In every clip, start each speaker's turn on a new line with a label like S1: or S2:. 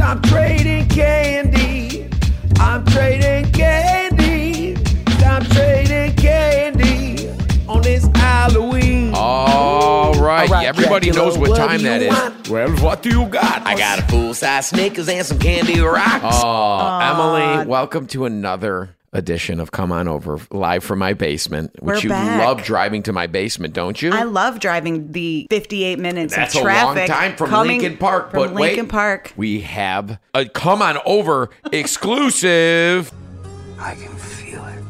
S1: I'm trading candy. I'm trading candy. I'm trading candy on this Halloween.
S2: All right.
S1: All right,
S2: Everybody
S1: Dracula,
S2: knows what,
S1: what
S2: time
S1: do
S2: that
S1: you
S2: is.
S1: want?
S2: Well, what do you got?
S1: I got a full size Snickers and some candy rocks.
S2: Oh, Emily, welcome to another edition of Come On Over, live from my basement, which
S3: We're
S2: you
S3: back.
S2: love driving to my basement, don't you?
S3: I love driving the 58 minutes
S2: That's
S3: of
S2: a long
S3: traffic.
S2: time from
S3: coming
S2: Lincoln Park,
S3: From
S2: but wait,
S3: Lincoln Park.
S2: we have a Come On Over exclusive.
S1: I can feel it.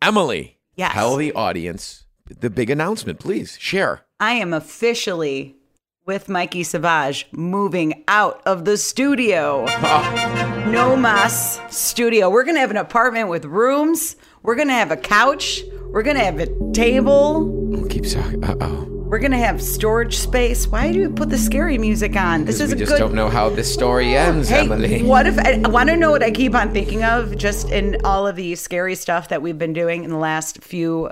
S2: Emily,
S3: Yes.
S2: tell the audience the big announcement, please. Share.
S3: I am officially with Mikey Savage moving out of the studio. No mas studio. We're gonna have an apartment with rooms. We're gonna have a couch. We're gonna have a table.
S2: Oh, keep talking. Uh oh.
S3: We're gonna have storage space. Why do you put the scary music on? This is
S2: We
S3: a
S2: just
S3: good.
S2: don't know how this story ends,
S3: Hey,
S2: Emily.
S3: what if I, I want to know what I keep on thinking of just in all of the scary stuff that we've been doing in the last few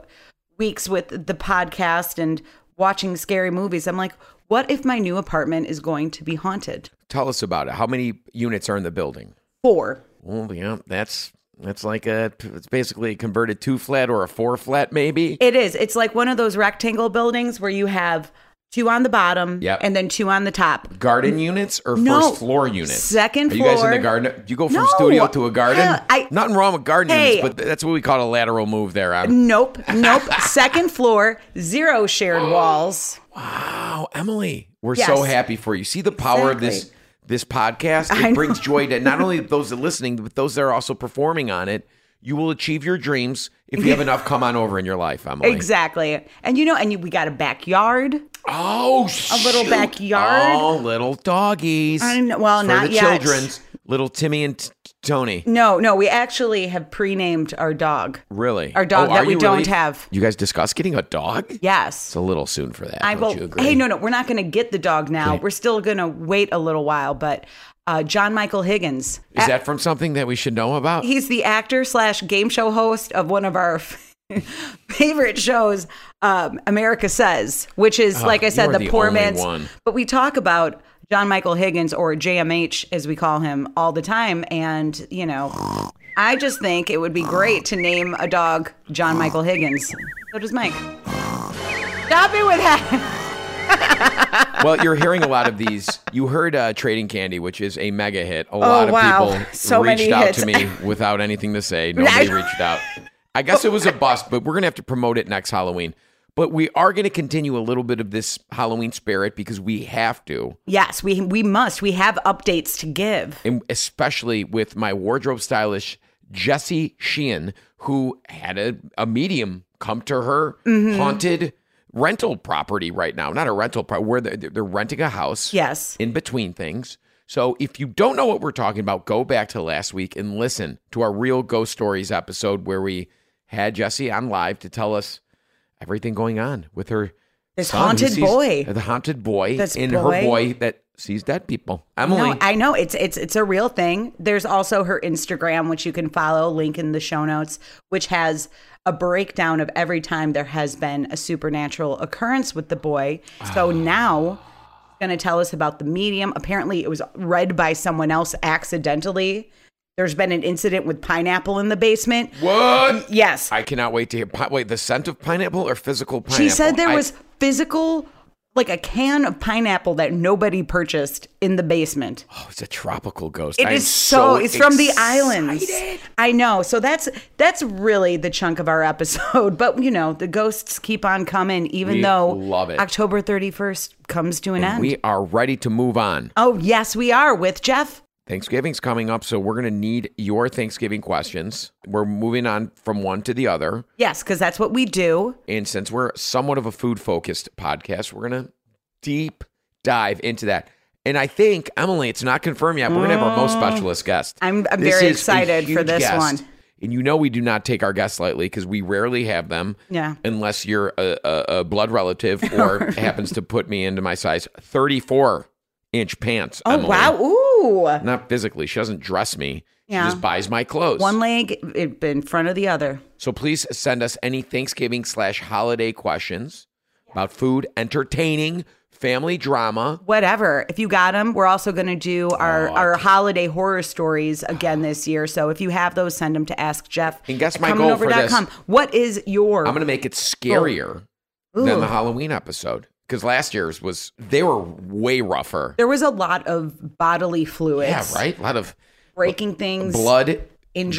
S3: weeks with the podcast and watching scary movies? I'm like, what if my new apartment is going to be haunted?
S2: Tell us about it. How many units are in the building?
S3: Four.
S2: Well, yeah, that's that's like a it's basically a converted two flat or a four flat, maybe.
S3: It is. It's like one of those rectangle buildings where you have two on the bottom
S2: Yep.
S3: and then two on the top.
S2: garden units or
S3: No.
S2: first floor units?
S3: Second
S2: Are you guys in the
S3: floor.
S2: garden? Do you go from
S3: No.
S2: studio to a garden?
S3: Hell, I-
S2: Nothing wrong with garden
S3: Hey.
S2: units, but that's what we call a lateral move there. i
S3: Nope. Nope. Second floor, zero shared walls.
S2: wow, Emily, we're
S3: Yes.
S2: so happy for you. See the power of this
S3: Exactly.
S2: this podcast. It
S3: I know.
S2: brings joy to not only those that are listening, but those that are also performing on it. You will achieve your dreams if you have enough come on over in your life, Emily.
S3: Exactly. And you know, and you, we got a backyard.
S2: Oh,
S3: A little
S2: shoot.
S3: backyard.
S2: Oh, little doggies.
S3: I kn- well,
S2: For
S3: not
S2: the
S3: yet.
S2: children's little Timmy and t- Tony.
S3: No, no, we actually have pre-named our dog.
S2: Really?
S3: Our
S2: Oh,
S3: dog that
S2: are
S3: we
S2: you
S3: don't
S2: really-
S3: have.
S2: You guys discuss getting a dog? It's
S3: Yes.
S2: a little soon for that.
S3: I
S2: don't
S3: will.
S2: you agree?
S3: Hey, no, no, we're not going to get the dog now. We're still going to wait a little while. But uh, John Michael Higgins,
S2: Is that from something that we should know about?
S3: he's the actor slash game show host of one of our favorite shows, um, America Says, which is, like I said,
S2: you're
S3: the,
S2: Ah, the
S3: poor
S2: only
S3: man's.
S2: one.
S3: But we talk about John Michael Higgins or JMH, as we call him, all the time. And, you know, I just think it would be great to name a dog John Michael Higgins. So does Mike. Stop it with that.
S2: well, you're hearing a lot of these. You heard uh, Trading Candy, which is a mega hit. A lot of
S3: Oh, wow.
S2: people
S3: So
S2: reached
S3: many
S2: out
S3: hits.
S2: to me without anything to say. Nobody reached out. I guess it was a bust, but we're going to have to promote it next Halloween. But we are going to continue a little bit of this Halloween spirit because we have to.
S3: Yes, we we must. We have updates to give.
S2: and especially with my wardrobe stylist Jesse Sheehan, who had a, a medium come to her
S3: Mm-hmm.
S2: haunted rental property right now. Not a rental property where they're, they're renting a house.
S3: Yes.
S2: in between things. So if you don't know what we're talking about, go back to last week and listen to our real ghost stories episode where we had Jesse on live to tell us everything going on with her.
S3: This
S2: son who
S3: haunted
S2: sees-
S3: boy.
S2: the haunted boy,
S3: This
S2: and her
S3: boy.
S2: boy that sees dead people. Emily,
S3: No, I know it's it's it's a real thing. There's also her Instagram, which you can follow, link in the show notes, which has a breakdown of every time there has been a supernatural occurrence with the boy. So
S2: Ah.
S3: now she's gonna tell us about the medium. Apparently it was read by someone else accidentally. There's been an incident with pineapple in the basement.
S2: what?
S3: Yes.
S2: I cannot wait to hear. Pi- wait, the scent of pineapple or physical pineapple?
S3: she said there
S2: I-
S3: was physical like a can of pineapple that nobody purchased in the basement.
S2: oh, it's a tropical ghost.
S3: It
S2: I
S3: is
S2: am
S3: so, it's from the
S2: excited.
S3: islands. I know. So that's that's really the chunk of our episode. But you know, the ghosts keep on coming, even
S2: We
S3: though
S2: love it.
S3: October thirty first comes to an end.
S2: We are ready to move on.
S3: oh yes, we are with Jeff.
S2: Thanksgiving's coming up, so we're going to need your Thanksgiving questions. We're moving on from one to the other.
S3: Yes, because that's what we do.
S2: And since we're somewhat of a food focused podcast, we're going to deep dive into that. And I think, Emily, it's not confirmed yet, but we're going to have our most specialist guest.
S3: Mm. I'm- I'm
S2: This
S3: very
S2: is a
S3: excited for
S2: huge
S3: this
S2: guest.
S3: one.
S2: And you know, we do not take our guests lightly because we rarely have them.
S3: Yeah.
S2: Unless you're a, a, a blood relative or happens to put me into my size 34 inch pants.
S3: Oh
S2: Emily.
S3: wow! Ooh,
S2: Not physically. She doesn't dress me.
S3: Yeah.
S2: She just buys my clothes.
S3: one leg i- in front of the other.
S2: So please send us any Thanksgiving slash holiday questions about food, entertaining, family drama.
S3: whatever. If you got them, we're also going to do our,
S2: Oh, I
S3: our holiday horror stories again this year. So if you have those, send them to Ask Jeff.
S2: And guess my goal for this-
S3: What is your?
S2: I'm going to make it scarier than the Halloween episode because last year's was they were way rougher.
S3: there was a lot of bodily fluids.
S2: Yeah, right. A lot of
S3: Breaking things.
S2: blood,
S3: injuries.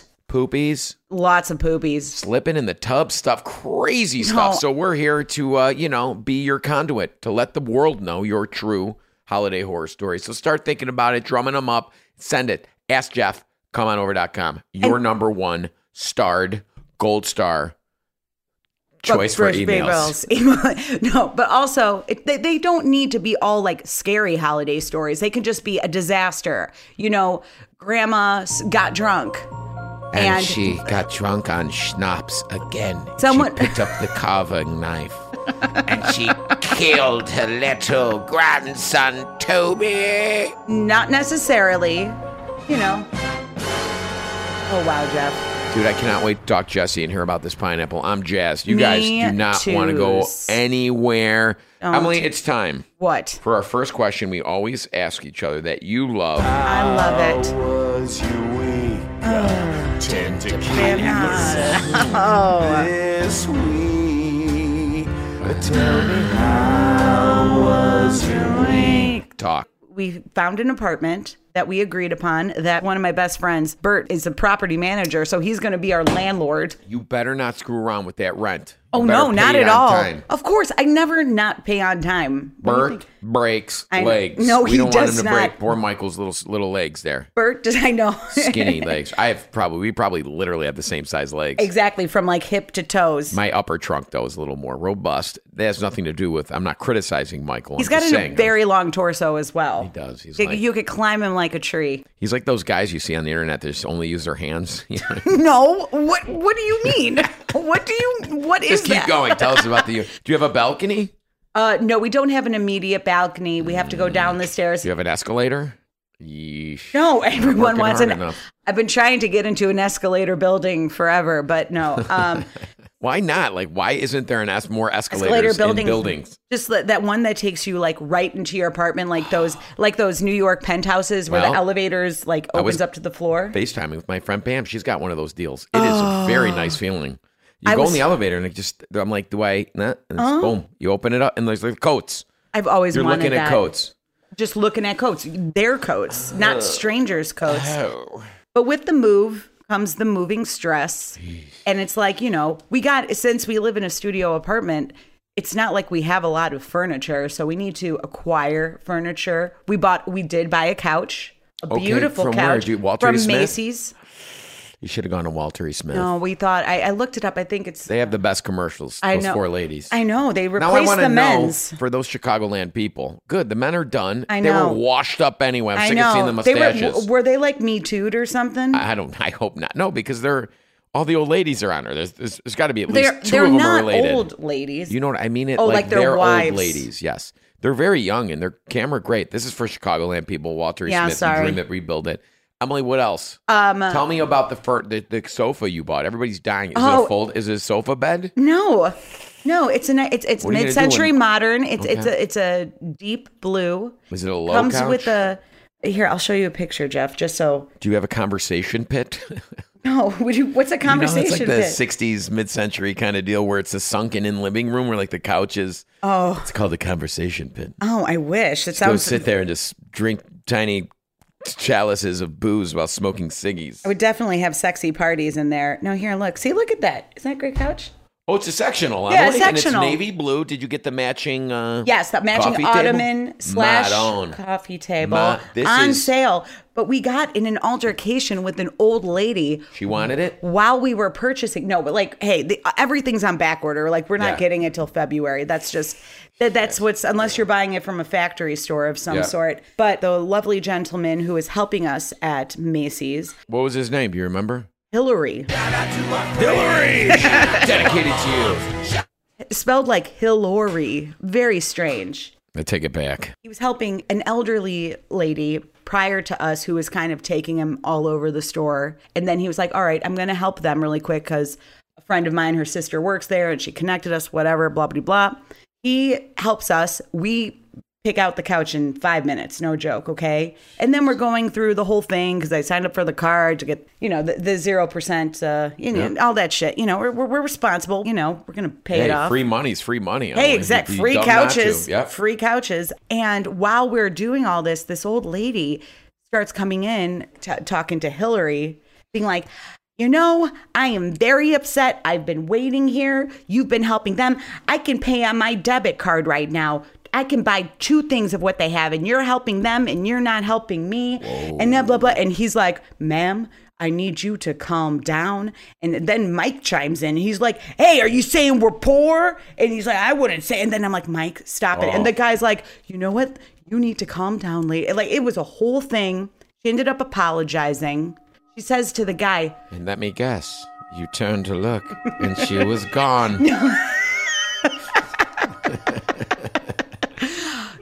S2: guts, poopies,
S3: Lots of poopies.
S2: slipping in the tub stuff, crazy stuff.
S3: No.
S2: So we're here to uh, you know be your conduit to let the world know your true holiday horror story. So start thinking about it, drumming them up, send it. Ask Jeff. Come on over.com. Your number one starred gold star choice for
S3: But-
S2: emails.
S3: emails. no, but also it, they, they don't need to be all like scary holiday stories. They can just be a disaster. You know, grandma s- got drunk.
S2: And,
S3: And-
S2: she got drunk on schnapps again.
S3: Someone-
S2: she picked up the carving knife.
S1: And she killed her little grandson, Toby.
S3: Not necessarily, you know. Oh wow, Jeff.
S2: Dude, I cannot wait to talk to Jesse and hear about this pineapple. I'm jazzed. You
S3: Me
S2: guys do not want to go
S3: toos.
S2: anywhere. Emily, it's time
S3: What?
S2: for our first question we always ask each other that you love.
S3: I love it.
S1: Was you weak? Tend to this week. Tell me how was your
S2: Talk.
S3: we found an apartment that we agreed upon that one of my best friends, Bert, is a property manager, so he's going to be our landlord.
S2: You better not screw around with that rent. You
S3: Oh
S2: better
S3: no,
S2: pay
S3: not
S2: it
S3: at
S2: on
S3: all. Oh,
S2: time.
S3: Of course, I never not pay on time. What do you
S2: Bert
S3: think?
S2: breaks
S3: I know.
S2: legs.
S3: No,
S2: we
S3: he
S2: don't want
S3: does
S2: him to
S3: not.
S2: break poor Michael's little little legs there.
S3: Bert, did I know?
S2: skinny legs. I have probably we probably literally have the same size legs.
S3: exactly, from like hip to toes.
S2: My upper trunk though is a little more robust. That has nothing to do with. I'm not criticizing Michael.
S3: He's
S2: I'm
S3: got
S2: just
S3: a
S2: saying,
S3: very long torso as well. He
S2: does. He's
S3: you,
S2: like-
S3: you could climb him like a tree.
S2: He's like those guys you see on the internet that just only use their hands. You know?
S3: No, what? What do you mean? what do you? What is
S2: just keep
S3: that?
S2: going. Tell us about the. Do you have a balcony?
S3: Uh, no, we don't have an immediate balcony. We have to go down the stairs.
S2: Do you have an escalator? Yeesh.
S3: No, everyone
S2: working
S3: wants
S2: hard
S3: an.
S2: enough.
S3: I've been trying to get into an escalator building forever, but no. Um,
S2: Why not? Like, why isn't there an es- more escalators
S3: escalator
S2: in
S3: building
S2: buildings?
S3: just that, that one that takes you like right into your apartment like those like those new york penthouses where
S2: Well,
S3: the elevators like opens
S2: was-
S3: up to the floor
S2: FaceTiming with my friend Pam. She's got one of those deals. It is a very nice feeling. You
S3: Oh. I
S2: go in
S3: was-
S2: the elevator and it just, I'm like, do I? Nah. And it's boom. You open it up and there's like coats.
S3: i've always
S2: You're
S3: wanted
S2: looking
S3: that.
S2: at coats.
S3: just looking at coats their coats not strangers coats
S2: Oh.
S3: but with the move comes the moving stress and it's like you know we got since we live in a studio apartment it's not like we have a lot of furniture so we need to acquire furniture we bought we did buy a couch a
S2: Okay,
S3: beautiful
S2: from where?
S3: couch
S2: Do you- Walter E.
S3: from
S2: Smith?
S3: macy's
S2: You should have gone to Walter E. Smith.
S3: No, we thought I, I looked it up. I think it's
S2: They have the best commercials.
S3: I
S2: those
S3: know.
S2: four ladies.
S3: I know they
S2: now I
S3: replaced
S2: want
S3: the
S2: to know
S3: men's.
S2: for those Chicagoland people. Good, the men are done.
S3: I
S2: They
S3: know.
S2: were washed up anyway. I'm
S3: I
S2: sick of seeing the
S3: know they were.
S2: mustaches. Uh,
S3: w- Were they like me too'd or something?
S2: I don't. I hope not. No, because they're all the old ladies are on her. There's, there's, there's got to be at
S3: they're
S2: least 2
S3: they're
S2: of them are
S3: not
S2: related.
S3: old ladies.
S2: You know what I mean? It
S3: Oh,
S2: like,
S3: like their
S2: they're old
S3: wives.
S2: ladies. Yes, they're very young and they're camera great. This is for Chicagoland people. Walter E.
S3: Yeah,
S2: Smith,
S3: sorry.
S2: dream it, rebuild it. Emily, what else? Um, Tell me about the, fir- the the sofa you bought. Everybody's dying. Is it
S3: Oh.
S2: a fold? Is it a sofa bed?
S3: no, no. It's an it's it's
S2: What are you gonna do
S3: mid-century
S2: when-
S3: modern. It's it's a it's a deep blue.
S2: Was it a low
S3: Comes
S2: couch?
S3: with a here. I'll show you a picture, Jeff, just so.
S2: Do you have a conversation pit?
S3: No, would you, what's a
S2: you know,
S3: conversation?
S2: it's like the
S3: pit?
S2: '60s mid-century kind of deal where it's a sunken-in living room where like the couch is.
S3: Oh.
S2: it's called the conversation pit.
S3: oh, I wish that
S2: Go
S3: sounds.
S2: sit there and just drink tiny chalices of booze while smoking ciggies.
S3: I would definitely have sexy parties in there. No, here, look. See, look at that. Isn't that a great couch?
S2: Oh, it's a sectional.
S3: Yeah,
S2: Emily,
S3: a sectional.
S2: And it's navy blue. Did you get the matching? Uh,
S3: Yes, that matching
S2: coffee table?
S3: ottoman slash
S2: Not on.
S3: coffee table
S2: Ma- this
S3: on
S2: is-
S3: sale. But we got in an altercation with an old lady
S2: She wanted it.
S3: while we were purchasing. No, but like, hey, the, everything's on back order. Like, we're not
S2: Yeah.
S3: getting it till February. That's just that, that's what's unless you're buying it from a factory store of some
S2: Yeah.
S3: sort. But the lovely gentleman who is helping us at Macy's,
S2: What was his name? Do you remember?
S3: Hillary,
S2: Hillary. Dedicated to you.
S3: spelled like Hillary, very strange.
S2: I take it back.
S3: He was helping an elderly lady prior to us who was kind of taking him all over the store. And then he was like, All right, I'm going to help them really quick because a friend of mine, her sister works there and she connected us, whatever, blah, blah, blah. He helps us. We pick out the couch in five minutes, no joke, okay? And then we're going through the whole thing because I signed up for the card to get, you know, the, the 0%, uh, you know, all that shit. You know, we're, we're, we're responsible. You know, we're going to pay it
S2: Hey,
S3: off.
S2: free money's free money.
S3: Hey,
S2: It'd
S3: exact
S2: be
S3: free
S2: dumb not to.
S3: couches.
S2: Yep.
S3: Free couches. And while we're doing all this, this old lady starts coming in t- talking to Hillary, being like, you know, I am very upset. I've been waiting here. You've been helping them. I can pay on my debit card right now. I can buy two things of what they have, and you're helping them, and you're not helping me, and then blah blah. And he's like, "Ma'am, I need you to calm down. And then Mike chimes in. He's like, Hey, are you saying we're poor? And he's like, I wouldn't say. And then I'm like, Mike, stop it.
S2: Oh.
S3: And the guy's like, You know what? You need to calm down, lady. Like, it was a whole thing. She ended up apologizing. She says to the guy,
S2: And let me guess, you turned to look, and she was gone.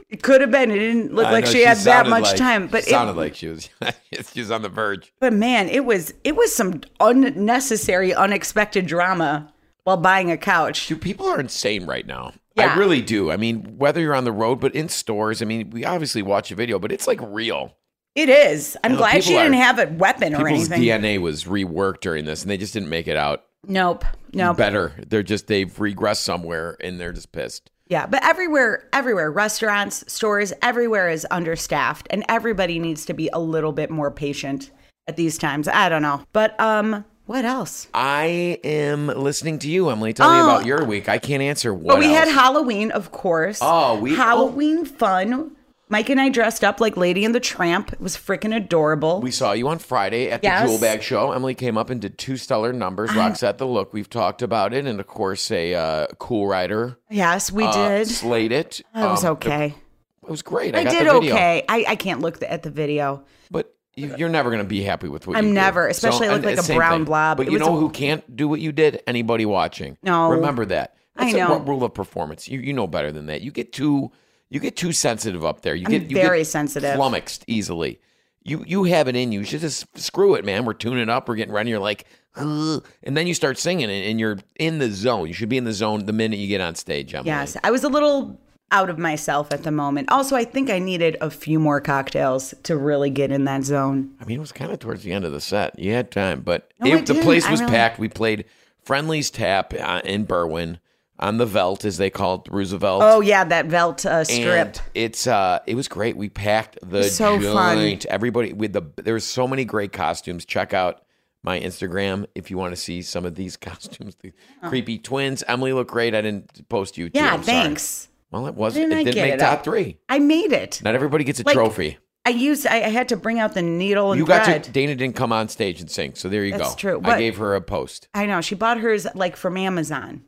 S3: It could have been. It didn't look
S2: I
S3: like
S2: know,
S3: she, had that
S2: sounded
S3: much
S2: like-
S3: time. But it,
S2: sounded like she was she was on the verge.
S3: but man, it was it was some unnecessary, unexpected drama while buying a couch.
S2: Dude, people are insane right now. I
S3: Yeah.
S2: really do. I mean, whether you're on the road, but in stores, I mean, we obviously watch a video, but it's like real.
S3: It is. I'm
S2: know,
S3: glad she
S2: people
S3: didn't
S2: are-
S3: have a weapon or
S2: People's
S3: anything.
S2: DNA was reworked during this, and they just didn't make it out
S3: Nope. Nope.
S2: better. They're just they've regressed somewhere, and they're just pissed.
S3: Yeah, but everywhere, everywhere, restaurants, stores, everywhere is understaffed, and everybody needs to be a little bit more patient at these times. I don't know, but um, what else?
S2: I am listening to you, Emily. Tell me
S3: Oh.
S2: about your week. I can't answer what.
S3: but we had
S2: else.
S3: Halloween, of course.
S2: Oh, we-
S3: Halloween fun. Mike and I dressed up like Lady and the Tramp. It was freaking adorable.
S2: We saw you on Friday at the
S3: Yes. Ah.
S2: Jewel Bag Show. Emily came up and did two stellar numbers. Roxette the Look, we've talked about it, and of course a uh, Cool Rider
S3: yes, we
S2: uh,
S3: did.
S2: slayed it. It
S3: I was okay.
S2: It was great.
S3: I
S2: got
S3: did
S2: the video.
S3: okay. I, I can't look at the video.
S2: but you, you're never going to be happy with what
S3: I'm
S2: you do.
S3: never, especially I look
S2: and
S3: like
S2: the
S3: a
S2: same
S3: brown blob.
S2: But
S3: It
S2: you
S3: was
S2: know
S3: a-
S2: who can't do what you did? Anybody watching?
S3: No.
S2: remember that.
S3: I
S2: That's a
S3: know.
S2: ru- rule of performance. You you know better than that. You get too you get too sensitive up there. You get you
S3: very
S2: get
S3: sensitive.
S2: flummoxed easily. You you have it in you. You should just screw it, man. We're tuning up. We're getting ready. You're like, "Ugh," and then you start singing, and, and you're in the zone. You should be in the zone the minute you get on stage. Emily.
S3: Yes, I was a little out of myself at the moment. Also, I think I needed a few more cocktails to really get in that zone.
S2: I mean, it was kind of towards the end of the set. You had time, but
S3: No, I
S2: it, the
S3: didn't.
S2: place
S3: I
S2: was
S3: really-
S2: packed. We played Friendly's Tap uh, in Berwyn on the Velt, as they called Roosevelt.
S3: Oh yeah, that Velt uh, strip.
S2: And it's uh, it was great. We packed the
S3: So fun.
S2: joint. Everybody with the there was so many great costumes. Check out my Instagram if you want to see some of these costumes. The creepy twins. Emily looked great. I didn't post you. too.
S3: Oh. yeah,
S2: I'm sorry.
S3: thanks.
S2: Well, it was.
S3: Didn't I
S2: it didn't
S3: get
S2: make
S3: it
S2: top
S3: up?
S2: three.
S3: I made it.
S2: Not everybody gets a
S3: Like,
S2: trophy.
S3: I used. I, I had to bring out the needle and
S2: You
S3: thread.
S2: got to, Dana didn't come on stage and sing, so there you go.
S3: That's true,
S2: I
S3: but-
S2: gave her a post.
S3: I know she bought hers like from Amazon.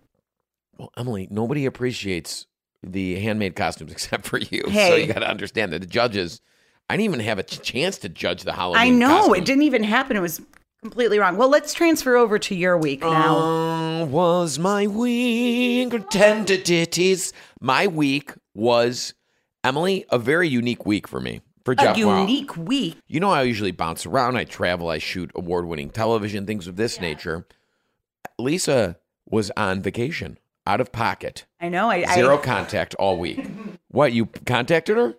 S2: Well, Emily, nobody appreciates the handmade costumes except for you. So
S3: Hey.
S2: you got to understand that the judges, I didn't even have a ch- chance to judge the Halloween.
S3: I know
S2: costume.
S3: it didn't even happen. It was completely wrong. Well, let's transfer over to your week now.
S2: Oh, was my week tender ditties? My week was Emily a very unique week for me for
S3: a
S2: Jeff Morrow.
S3: unique week.
S2: You know, I usually bounce around. I travel. I shoot award-winning television, things of this nature. Lisa was on vacation, out of pocket,
S3: I know. I, I
S2: zero contact all week. what you contacted her?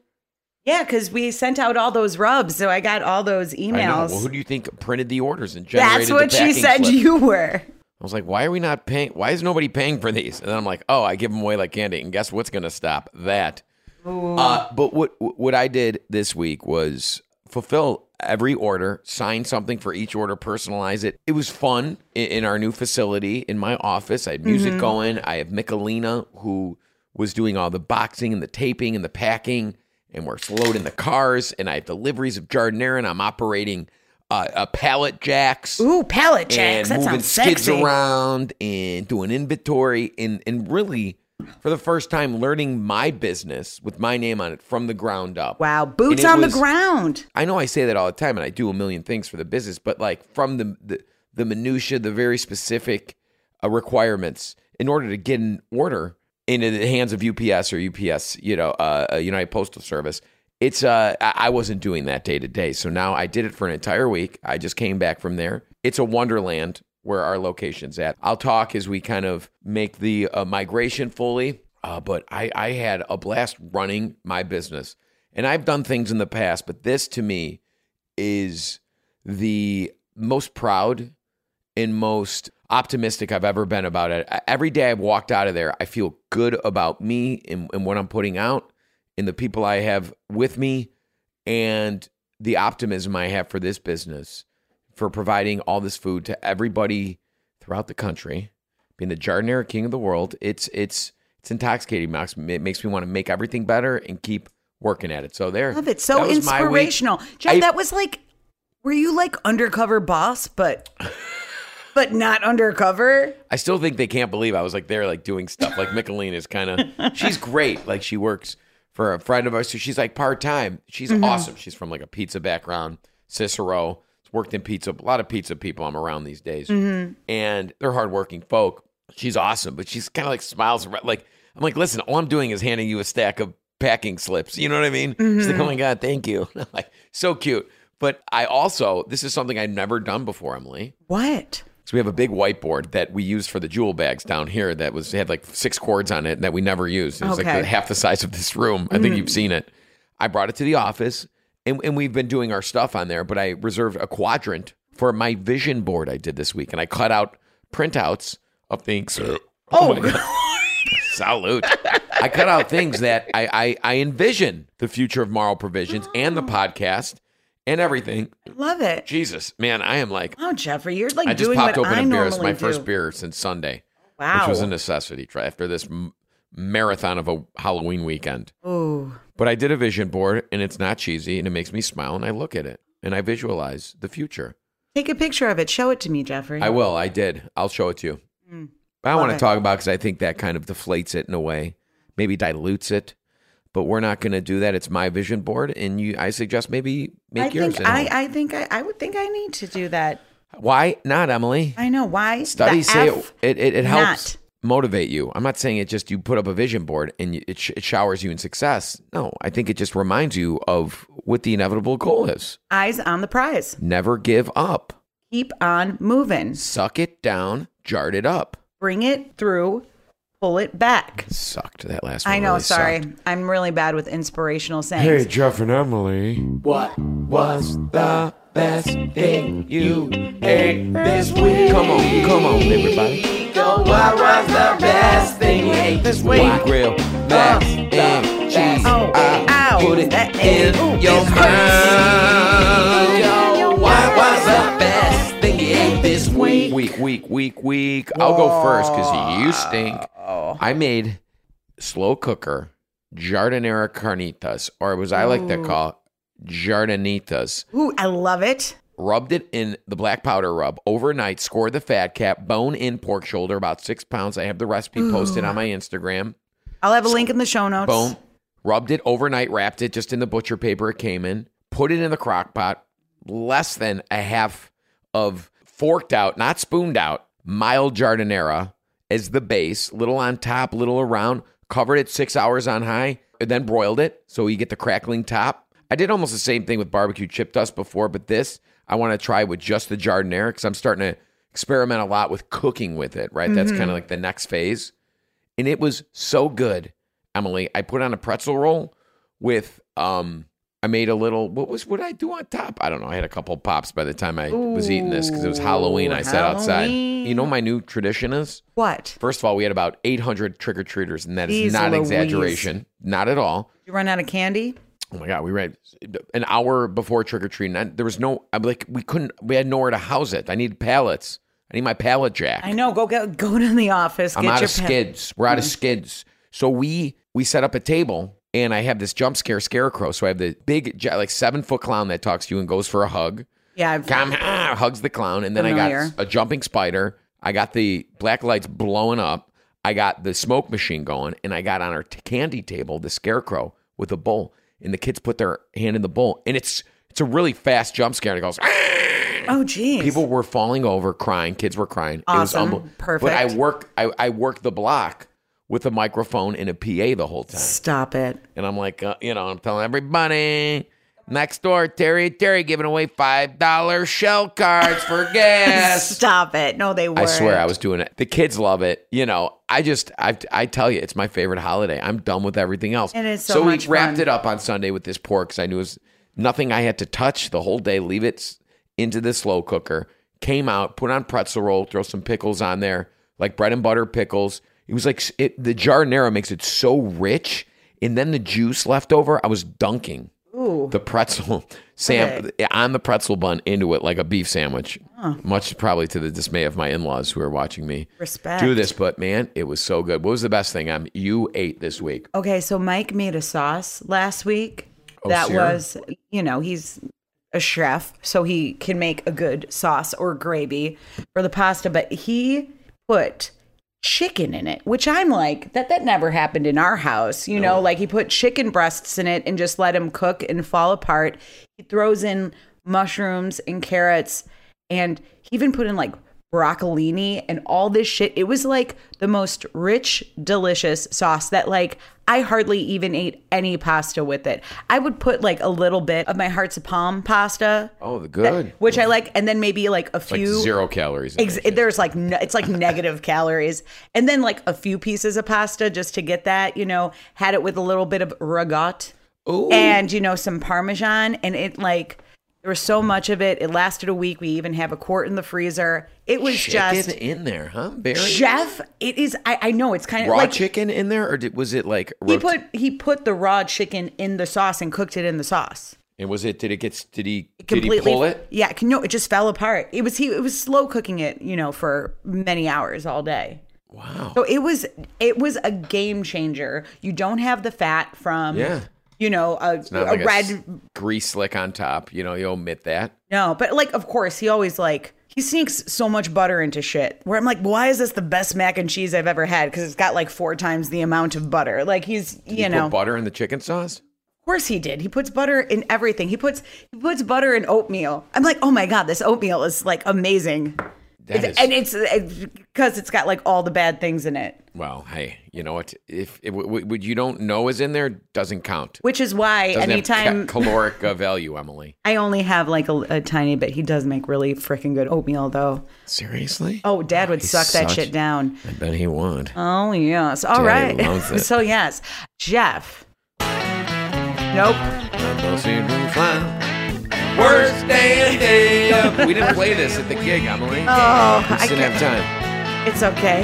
S3: yeah, because we sent out all those rubs, so I got all those emails.
S2: I know. Well, who do you think printed the orders and generated
S3: That's what
S2: the
S3: she
S2: packing
S3: said
S2: slip?
S3: you were.
S2: I was like, why are we not paying? Why is nobody paying for these? And then I'm like, oh, I give them away like candy. And guess what's going to stop that? Uh, but what what I did this week was fulfill every order, sign something for each order, personalize it. It was fun in, in our new facility in my office. I had music going. I have Michelina who was doing all the boxing and the taping and the packing, and we're loading the cars. And I have deliveries of jardinera, and I'm operating uh, a pallet jacks
S3: Ooh, pallet jacks.
S2: and
S3: That
S2: moving
S3: sounds
S2: skids
S3: sexy.
S2: around and doing inventory and and really for the first time learning my business with my name on it from the ground up.
S3: Wow,
S2: And
S3: boots
S2: it
S3: on
S2: was-
S3: the ground.
S2: I know I say that all the time and I do a million things for the business, but like from the the, the minutia, the very specific uh, requirements in order to get an order into the hands of UPS or UPS, you know, uh, uh, United Postal Service. It's uh, I I wasn't doing that day to day, so now I did it for an entire week. I just came back from there. It's a wonderland where our location's at. I'll talk as we kind of make the uh, migration fully. Uh, but I, I had a blast running my business. And I've done things in the past, but this to me is the most proud and most optimistic I've ever been about it. I- Every day I've walked out of there, I feel good about me and, and what I'm putting out and the people I have with me and the optimism I have for this business for providing all this food to everybody throughout the country. Being the jardiner king of the world, it's it's it's intoxicating, Max. It makes me want to make everything better and keep working at it. So there,
S3: Love it.
S2: that
S3: So
S2: was my week.
S3: inspirational. Jeff,
S2: I-
S3: that was like were you like undercover boss, but but not undercover?
S2: I still think they can't believe I was like there, like doing stuff. Like Michelin is kind of, she's great. Like she works for a friend of ours. So she's like part time. She's awesome. She's from like a pizza background, Cicero. Worked in pizza, a lot of pizza people I'm around these days, and they're hardworking folk. She's awesome, but she's kind of like smiles. around- Like I'm like, listen, all I'm doing is handing you a stack of packing slips. You know what I mean? She's like, oh my god, thank you. I'm like so cute. But I also, this is something I've never done before, Emily.
S3: What?
S2: So we have a big whiteboard that we use for the jewel bags down here that was had like six cords on it that we never used. It was like
S3: Okay.
S2: the, half the size of this room. I think you've seen it. I brought it to the office and, and we've been doing our stuff on there, but I reserved a quadrant for my vision board I did this week and I cut out printouts of things. Oh, my God. Salute. I cut out things that I, I, I envision the future of Marl Provisions and the podcast and everything.
S3: Love it.
S2: Jesus, man, I am like
S3: Oh, Jeffrey, you're like
S2: I just
S3: doing
S2: popped
S3: what
S2: open
S3: I
S2: a beer. It's
S3: normally
S2: my
S3: do.
S2: first beer since Sunday,
S3: Wow.
S2: which was a necessity try after this m- marathon of a Halloween weekend.
S3: Ooh.
S2: But I did a vision board, and it's not cheesy, and it makes me smile, and I look at it, and I visualize the future.
S3: Take a picture of it. Show it to me, Jeffrey.
S2: I will. I did. I'll show it to you.
S3: Mm.
S2: But I
S3: Love
S2: want to
S3: it.
S2: talk about because I think that kind of deflates it in a way, maybe dilutes it. But we're not going to do that. It's my vision board, and you. I suggest maybe make
S3: I
S2: yours.
S3: think
S2: at home.
S3: I, I think I, I would think I need to do that.
S2: Why not, Emily?
S3: I know why.
S2: Studies
S3: the
S2: say
S3: F-
S2: it, it, it, it helps
S3: not.
S2: motivate you. I'm not saying it just you put up a vision board and you, it, sh- it showers you in success. No, I think it just reminds you of what the inevitable goal is.
S3: eyes on the prize.
S2: Never give up.
S3: Keep on moving.
S2: Suck it down, jart it up.
S3: Bring it through. Pull it back.
S2: Sucked that last one.
S3: I know.
S2: really
S3: sorry,
S2: sucked.
S3: I'm really bad with inspirational sayings.
S1: Jeff and Emily.
S2: What was the best thing you ate this week? Come on, come on, everybody. What was the best thing you ate this week? Grill, mac and cheese.
S3: Oh, ow,
S2: put it
S3: that
S2: in
S3: is- ooh,
S2: your
S3: it
S2: mouth. What was the best thing you ate this week? Week, week, week, week. I'll go first because you stink. I made slow cooker jardinera carnitas, or was I like to call jardinitas.
S3: Ooh, I love it.
S2: Rubbed it in the black powder rub overnight. Scored the fat cap bone in pork shoulder, about six pounds. I have the recipe posted on my Instagram.
S3: I'll have a link in the show notes.
S2: Boom. Rubbed it overnight, wrapped it just in the butcher paper it came in, put it in the crock pot, less than a half of forked out, not spooned out, mild jardinera as the base, little on top, little around, covered it six hours on high, and then broiled it so you get the crackling top. I did almost the same thing with barbecue chip dust before, but this I want to try with just the jardinera because I'm starting to experiment a lot with cooking with it, right? That's kind of like the next phase and it was so good, Emily. I put on a pretzel roll with um. I made a little. What was what did I do on top? I don't know. I had a couple pops by the time I was eating this because it was Halloween. I sat outside.
S3: Halloween.
S2: You know, my new tradition is.
S3: What?
S2: First of all, we had about 800 trick or treaters, and that is
S3: Jeez
S2: not
S3: Louise.
S2: exaggeration, not at all.
S3: You run out of candy?
S2: Oh my god, we ran an hour before trick or treating. and There was no. I'm like, we couldn't. We had nowhere to house it. I need pallets. I need my pallet jack.
S3: I know. Go get go to the office.
S2: I'm
S3: get
S2: out
S3: your
S2: of
S3: pen. Mm-hmm.
S2: skids. We're out of skids. So we we set up a table, and I have this jump scare scarecrow. So I have the big, gi- like seven foot clown that talks to you and goes for a hug.
S3: Yeah, I've,
S2: Come ah, hugs the clown, and then I
S3: Familiar.
S2: got a jumping spider. I got the black lights blowing up. I got the smoke machine going, and I got on our t- candy table the scarecrow with a bowl, and the kids put their hand in the bowl, and it's it's a really fast jump scare. And it goes.
S3: oh, geez.
S2: People were falling over, crying. Kids were crying.
S3: Awesome.
S2: unbel-
S3: Perfect.
S2: But I work, I, I work the block with a microphone and a PA the whole time,
S3: Stop it.
S2: and I'm like, uh, you know, I'm telling everybody, Next door, Terry and Terry giving away $5 shell cards for gas.
S3: Stop it. No, they were.
S2: I swear I was doing it. The kids love it. You know, I just, I, I tell you, it's my favorite holiday. I'm done with everything else.
S3: It is so
S2: we
S3: much
S2: wrapped
S3: fun.
S2: it up on Sunday with this pork because I knew it was nothing I had to touch the whole day. Leave it s- into the slow cooker. Came out, put on pretzel roll, throw some pickles on there, like bread and butter pickles. It was like s- it, the giardinera makes it so rich. And then the juice left over, I was dunking the pretzel sam eh, on the pretzel bun into it like a beef sandwich. Much probably to the dismay of my in-laws who are watching me
S3: Respect.
S2: do this, but man, it was so good. What was the best thing um, you ate this week?
S3: Okay, so Mike made a sauce last week.
S2: Oh,
S3: that
S2: Sarah?
S3: was, you know, he's a chef, so he can make a good sauce or gravy for the pasta, but he put chicken in it, which I'm like, that that never happened in our house. You know, like he put chicken breasts in it and just let him cook and fall apart. He throws in mushrooms and carrots and he even put in like broccolini and all this shit. It was like the most rich, delicious sauce that like I hardly even ate any pasta with it. I would put like a little bit of my hearts of palm pasta,
S2: Oh, the good.
S3: which I like, and then maybe like a
S2: like
S3: few
S2: zero calories. in
S3: Ex-
S2: there.
S3: there's like no, it's like negative calories and then like a few pieces of pasta just to get that you know had it with a little bit of ragout
S2: Ooh.
S3: and you know some parmesan and it like there was so much of it it lasted a week we even have a quart in the freezer it was
S2: chicken
S3: just
S2: in there, huh? Very
S3: chef it is I, I know it's kind of
S2: raw
S3: like
S2: chicken in there, or did, was it like
S3: he
S2: rot-
S3: put he put the raw chicken in the sauce and cooked it in the sauce
S2: And was it? Did it get? Did he? Did he pull it?
S3: yeah no it just fell apart it was he it was slow cooking it you know for many hours all day
S2: Wow.
S3: So it was it was a game changer. You don't have the fat from
S2: Yeah.
S3: you know a,
S2: Not
S3: a
S2: like a
S3: red
S2: s- grease slick on top. You know, you omit that.
S3: no, but like of course he always like he sneaks so much butter into shit. Where I'm like, why is this the best mac and cheese I've ever had? Because it's got like four times the amount of butter. Like he's you
S2: He
S3: know
S2: put butter in the chicken sauce.
S3: Of course he did. He puts butter in everything. He puts he puts butter in oatmeal. I'm like, oh my god, this oatmeal is like amazing.
S2: That
S3: It's-
S2: is
S3: and it's because it's got like all the bad things in it.
S2: well. Hey, you know what? If it, w- w- what you don't know is in there, doesn't count.
S3: Which is why
S2: Doesn't have ca-
S3: anytime
S2: caloric uh, value, Emily.
S3: I only have like a, a tiny bit. He does make really freaking good oatmeal, though.
S2: Seriously?
S3: Oh, Dad would
S2: He's
S3: suck that
S2: such-
S3: shit down.
S2: I bet he would.
S3: Oh yes, all right.
S2: Daddy loves it.
S3: so yes, Jeff. Nope.
S2: Worst day in day of- We didn't play this at the gig, Emily.
S3: Oh,
S2: we just
S3: I
S2: didn't have
S3: can't.
S2: time.
S3: It's okay.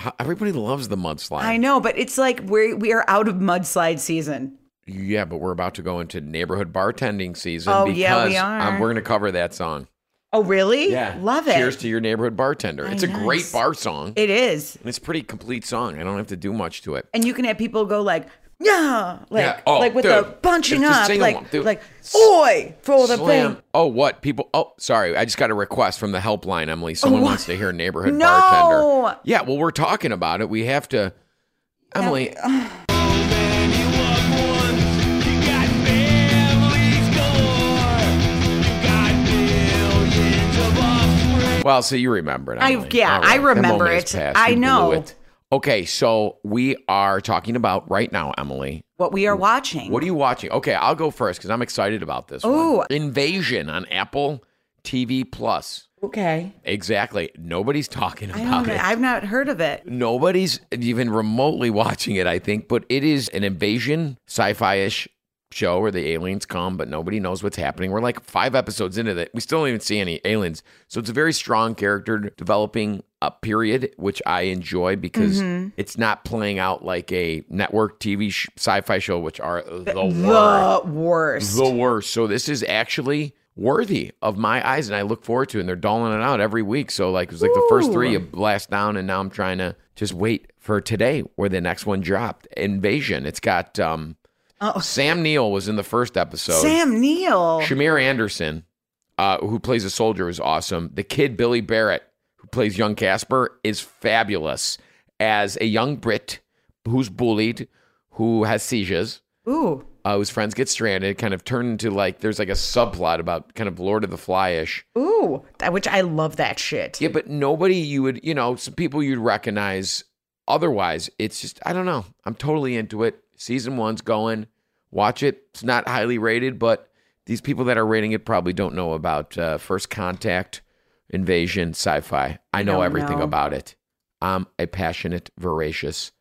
S2: How- Everybody loves the mudslide.
S3: I know, but it's like we we are out of mudslide season.
S2: yeah, but we're about to go into neighborhood bartending season.
S3: Oh,
S2: because
S3: yeah, we
S2: um,
S3: are.
S2: we're going to cover that song.
S3: Oh really? Love it.
S2: Cheers to your neighborhood bartender. It's a great
S3: nice.
S2: bar song.
S3: it is,
S2: it's a pretty complete song. I don't have to do much to it.
S3: and you can have people go like. Yeah, like
S2: Yeah. Oh,
S3: like with
S2: dude.
S3: the bunching
S2: It's the
S3: up,
S2: sing-along,
S3: like
S2: dude.
S3: like oi for the
S2: Slam.
S3: thing.
S2: Oh, what people? Oh, sorry. I just got a request from the helpline, Emily. Someone
S3: what?
S2: wants to hear neighborhood
S3: No.
S2: bartender. Yeah, well, we're talking about it. We have to. Emily, well, so you remember it.
S3: I-
S2: Emily.
S3: yeah,
S2: All right.
S3: I
S2: The
S3: remember
S2: moment is
S3: it.
S2: past.
S3: I
S2: You blew
S3: know.
S2: it. Okay, so we are talking about right now, Emily.
S3: What we are watching?
S2: What are you watching? Okay, I'll go first because I'm excited about this
S3: Ooh.
S2: one. Invasion on Apple TV Plus.
S3: okay,
S2: Exactly. Nobody's talking
S3: I don't
S2: about
S3: know.
S2: it.
S3: I've not heard of it.
S2: Nobody's even remotely watching it, I think, but it is an invasion sci fi ish show where the aliens come, but nobody knows what's happening. We're like five episodes into that. We still don't even see any aliens. So it's a very strong character developing a period, which I enjoy because it's not playing out like a network TV sh- sci fi show, which are the, worst.
S3: the worst.
S2: The worst. So this is actually worthy of my eyes, and I look forward to it. And they're doling it out every week. So like it was like the first three you blast down, and now I'm trying to just wait for today where the next one dropped. Invasion. It's got um Sam Neill was in the first episode.
S3: Sam Neill.
S2: Shamir Anderson, uh, who plays a soldier, is awesome. The kid Billy Barrett, who plays young Casper, is fabulous as a young Brit who's bullied, who has seizures
S3: Ooh.
S2: uh, whose friends get stranded, kind of turned into like there's like a subplot about kind of Lord of the Fly ish.
S3: Ooh. That, which I love that shit.
S2: Yeah, but nobody you would, you know, some people you'd recognize. Otherwise, it's just I don't know. I'm totally into it. Season one's going. Watch it. It's not highly rated, but these people that are rating it probably don't know about uh, First Contact, Invasion, sci fi. I know
S3: don't
S2: everything
S3: know.
S2: about it. I'm a passionate, voracious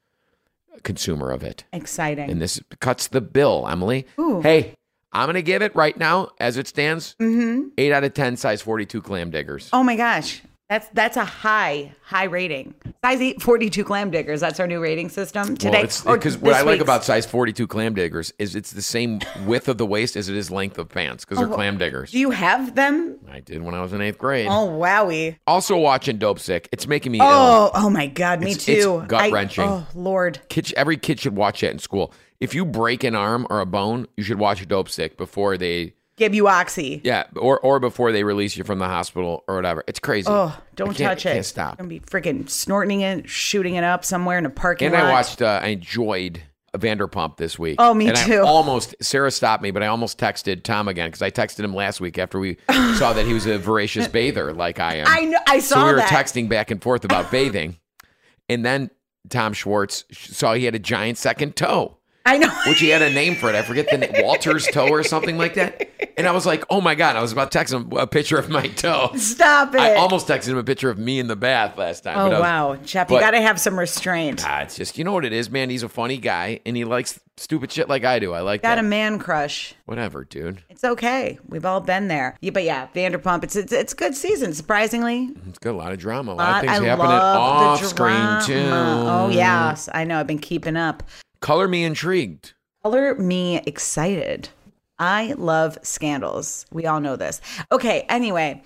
S2: consumer of it.
S3: Exciting.
S2: And this cuts the bill, Emily. Hey, I'm going to give it right now, as it stands, eight out of 10 size 42 clam diggers.
S3: Mm-hmm. oh my gosh. That's that's a high, high rating. Size 842 clam diggers. That's our new rating system today. or
S2: because what
S3: this
S2: I like
S3: week's.
S2: about size 42 clam diggers is it's the same width of the waist as it is length of pants because they're clam diggers.
S3: Do Oh, you have them?
S2: I did when I was in eighth grade.
S3: Oh wowie.
S2: Also watching Dope Sick. It's making me ill.
S3: Oh, oh my god, me
S2: It's- it's
S3: too. I-
S2: gut-wrenching.
S3: Oh Lord.
S2: Kid, every kid should watch that in school. If you break an arm or a bone, you should watch Dope Sick before they,
S3: Give you oxy.
S2: yeah, or or before they release you from the hospital or whatever. It's crazy.
S3: Oh,
S2: I
S3: don't
S2: can't-
S3: touch
S2: I
S3: it.
S2: Can't stop.
S3: Gonna be freaking snorting it, shooting it up somewhere in a parking
S2: And
S3: lot.
S2: I watched, uh, I enjoyed Vanderpump this week.
S3: Oh, me
S2: and I
S3: too.
S2: almost, Sarah stopped me, but I almost texted Tom again because I texted him last week after we saw that he was a voracious bather like I am.
S3: I know. I
S2: so
S3: saw
S2: we were
S3: that.
S2: texting back and forth about bathing. And then Tom Schwartz saw he had a giant second toe,
S3: I know.
S2: which he had a name for it. I forget the name, Walter's toe or something like that. And I was like, oh my God, I was about to text him a picture of my toe.
S3: Stop it.
S2: I almost texted him a picture of me in the bath last time.
S3: oh
S2: but I was-
S3: wow, Jeff,
S2: but-
S3: you gotta have some restraint.
S2: Ah, it's just you know what it is, man. He's a funny guy and he likes stupid shit like I do. I like
S3: Got
S2: that.
S3: a man crush.
S2: Whatever, dude.
S3: It's okay. We've all been there. Yeah, but yeah, Vanderpump. It's it's, it's a good season. Surprisingly,
S2: It's got a lot of drama. A lot
S3: I,
S2: of things
S3: I
S2: happening
S3: love
S2: off
S3: the
S2: screen
S3: drama.
S2: too.
S3: Oh yes, I know. I've been keeping up.
S2: Color me intrigued.
S3: Color me excited. I love scandals. We all know this. Okay, anyway,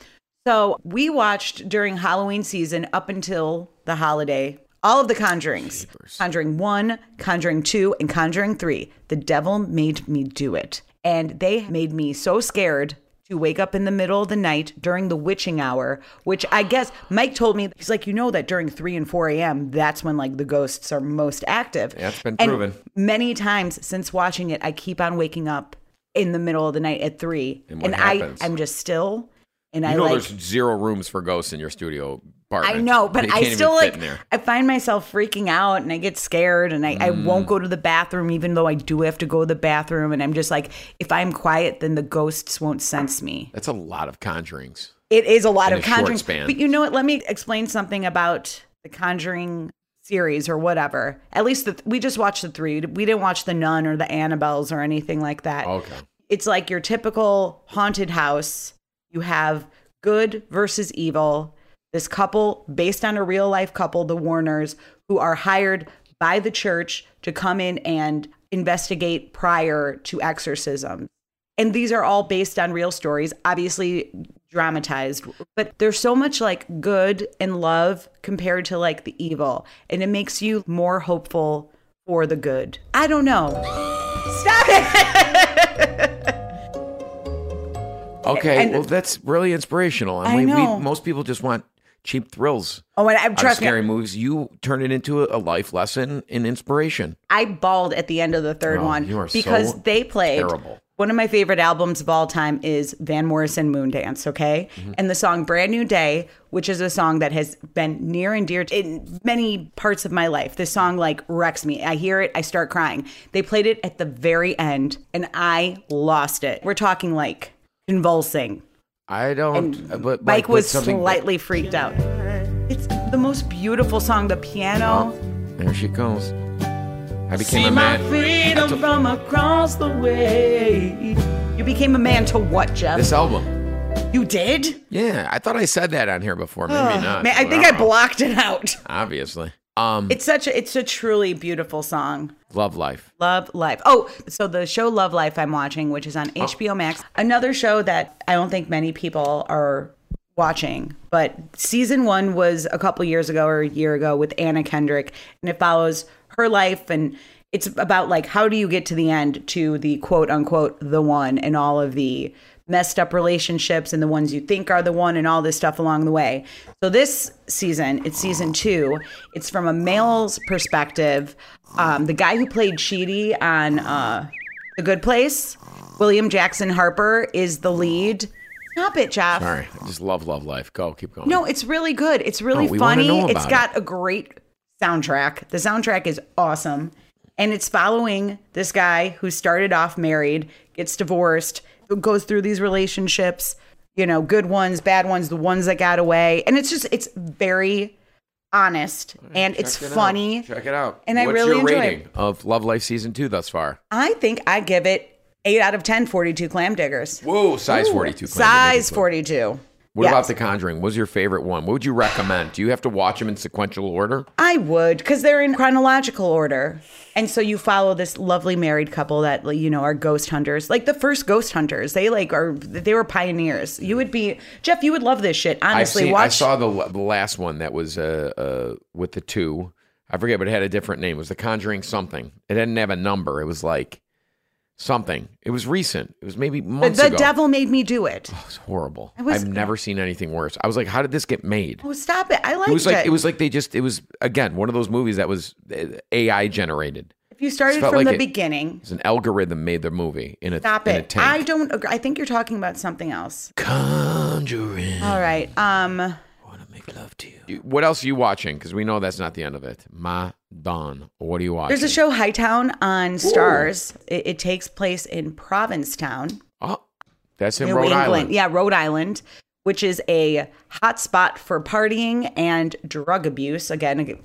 S3: so we watched during Halloween season up until the holiday all of the conjurings Conjuring 1, Conjuring 2, and Conjuring 3. The devil made me do it. And they made me so scared to wake up in the middle of the night during the witching hour, which I guess Mike told me, he's like, you know that during 3 and 4 a.m., that's when like the ghosts are most active.
S2: Yeah, it's been
S3: And
S2: proven.
S3: many times since watching it, I keep on waking up in the middle of the night at three,
S2: And what
S3: I
S2: happens?
S3: I'm just still, and I
S2: You know,
S3: like
S2: there's zero rooms for ghosts in your studio apartment.
S3: I know,
S2: They
S3: but
S2: can't
S3: I
S2: even
S3: still
S2: fit
S3: like
S2: in there.
S3: I find myself freaking out and I get scared and I, I
S2: Mm.
S3: won't go to the bathroom even though I do have to go to the bathroom and I'm just like if I'm quiet then the ghosts won't sense me.
S2: That's a lot of conjurings.
S3: It is a lot
S2: In
S3: of
S2: a short
S3: conjuring.
S2: span.
S3: But you know what? Let me explain something about the conjuring series or whatever. At least the, we just watched the three. We didn't watch the nun or the Annabelles or anything like that.
S2: Okay.
S3: It's like your typical haunted house. You have good versus evil. This couple, based on a real life couple, the Warners, who are hired by the church to come in and investigate prior to exorcism. And these are all based on real stories, obviously dramatized, but there's so much like good and love compared to like the evil. And it makes you more hopeful for the good. I don't know. Stop it!
S2: Okay.
S3: And-
S2: well, that's really inspirational.
S3: I know.
S2: We, most people just want cheap thrills.
S3: oh, and I'm
S2: out of
S3: trust
S2: scary
S3: me,
S2: movies. You turn it into a, a life lesson and inspiration.
S3: I bawled at the end of the third
S2: Oh,
S3: one
S2: you are so
S3: because they played
S2: terrible.
S3: one of my favorite albums of all time is Van Morrison Moondance, okay?
S2: Mm-hmm.
S3: And the song Brand New Day, which is a song that has been near and dear to in many parts of my life. This song like wrecks me. I hear it, I start crying. They played it at the very end and I lost it. We're talking like convulsing.
S2: I don't. but like,
S3: Mike
S2: with
S3: was
S2: something-
S3: slightly freaked out. It's the most beautiful song, the
S2: Uh-huh.
S3: piano.
S2: There she goes. I became
S3: See
S2: a
S3: my
S2: man.
S3: freedom from across the way. You became a man to what, Jeff?
S2: This album.
S3: you did?
S2: Yeah, I thought I said that on here before. Maybe not.
S3: Man, I think I
S2: don't know.
S3: blocked it out.
S2: Obviously. Um,
S3: It's such a it's a truly beautiful song.
S2: love life.
S3: Love Life. Oh, so the show Love Life I'm watching, which is on HBO Max. Another show that I don't think many people are watching, but season one was a couple years ago or a year ago with Anna Kendrick, and it follows her life and it's about like how do you get to the end to the quote unquote the one and all of the messed up relationships and the ones you think are the one and all this stuff along the way. So this season, it's season two. It's from a male's perspective. Um, the guy who played Sheedy on uh, The Good Place, William Jackson Harper, is the lead. Stop it, Jeff.
S2: All right, I just love love life. Go, keep going.
S3: No, it's really good. It's really
S2: No, we wanna
S3: funny.
S2: know
S3: It's
S2: about
S3: got a great soundtrack. The soundtrack is awesome. And it's following this guy who started off married, gets divorced, goes through these relationships, you know, good ones, bad ones, the ones that got away. And it's just, it's very honest and it's
S2: Check it out.
S3: funny.
S2: Check it out.
S3: And I
S2: What's
S3: really
S2: your
S3: enjoy it.
S2: rating of Love Life season two thus far?
S3: I think I give it 8 out of 10 42 clam diggers.
S2: Whoa, size forty two.
S3: Size 42.
S2: What
S3: Yes.
S2: about The Conjuring? What was your favorite one? What would you recommend? Do you have to watch them in sequential order?
S3: I would, because they're in chronological order. And so you follow this lovely married couple that, like, you know, are ghost hunters, like the first ghost hunters. They like are, they were pioneers. You would be, Jeff, you would love this shit.
S2: I've
S3: Honestly,
S2: seen, I
S3: watch.
S2: saw the, l- the last one that was uh, uh, with the two. I forget, but it had a different name. It was The Conjuring something. It didn't have a number. It was like something. It was recent. It was maybe
S3: The,
S2: months
S3: the
S2: ago.
S3: devil made me do it.
S2: It was horrible.
S3: was-
S2: I've never seen anything worse. I was like, how did this get made?
S3: Oh, stop it. I liked
S2: It was like
S3: it.
S2: it was like they just it was again one of those movies that was uh, AI generated.
S3: if you started
S2: felt
S3: from
S2: like
S3: the
S2: it-
S3: beginning,
S2: It's an algorithm made the movie in a
S3: stop
S2: in a
S3: it.
S2: tank.
S3: I don't agree. I think you're talking about something else.
S2: Conjuring.
S3: All right. Um,
S2: want to make love to you. What else are you watching? Because we know that's not the end of it. Ma Don. What are you watching?
S3: There's a show, Hightown, on Stars. It, it takes place in Provincetown,
S2: Oh, that's in
S3: New
S2: Rhode
S3: England.
S2: Island.
S3: Yeah, Rhode Island, which is a hot spot for partying and drug abuse. Again,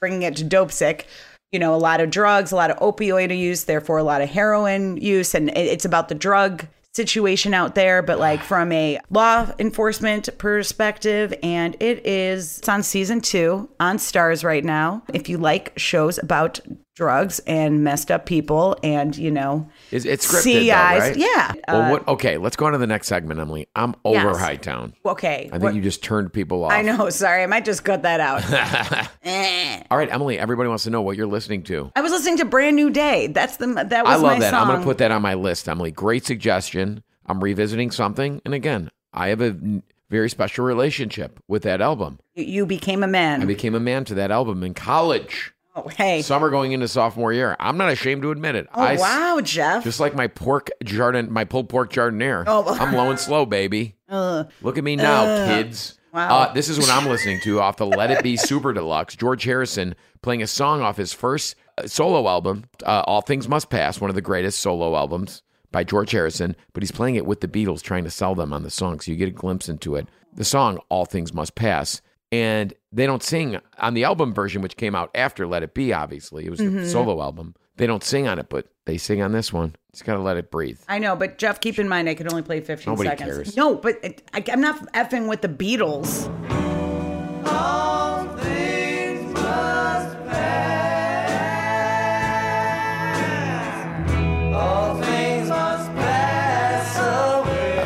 S3: bringing it to dope sick. You know, a lot of drugs, a lot of opioid use, therefore a lot of heroin use, and it- it's about the drug situation out there but like from a law enforcement perspective and it is it's on season two on stars right now if you like shows about drugs and messed up people and you know
S2: It's, it's scripted,
S3: CIs
S2: though, right?
S3: yeah Uh,
S2: Well, what? Okay, let's go on to the next segment, Emily. I'm over
S3: Yes.
S2: Hightown.
S3: Okay.
S2: I think
S3: what-
S2: you just turned people off.
S3: I know. Sorry. I might just cut that out. Eh.
S2: All right, Emily. Everybody wants to know what you're listening to.
S3: I was listening to Brand New Day. That's the that was
S2: I love
S3: my
S2: that.
S3: song.
S2: I'm going to put that on my list, Emily. Great suggestion. I'm revisiting something, and again, I have a n- very special relationship with that album.
S3: You- you became a man.
S2: I became a man to that album in college.
S3: oh, hey.
S2: Summer going into sophomore year. I'm not ashamed to admit it.
S3: oh
S2: I s-
S3: wow, Jeff.
S2: Just like my pork jardin, my pulled pork jardinier.
S3: Oh. Uh,
S2: I'm low and slow, baby.
S3: Ugh.
S2: Look at me now, kids.
S3: Wow.
S2: Uh, this is what I'm listening to off the Let It Be Super Deluxe. George Harrison playing a song off his first uh, solo album, uh, All Things Must Pass, one of the greatest solo albums by George Harrison, but he's playing it with the Beatles, trying to sell them on the song. So you get a glimpse into it. The song, All Things Must Pass. And they don't sing on the album version, which came out after Let It Be, obviously. It was
S3: Mm-hmm.
S2: the solo album. They don't sing on it, but they sing on this one. It's got to let it breathe.
S3: I know, but Jeff, keep in mind I could only play 15
S2: Nobody
S3: seconds.
S2: cares.
S3: No, but it, I, I'm not effing with the Beatles.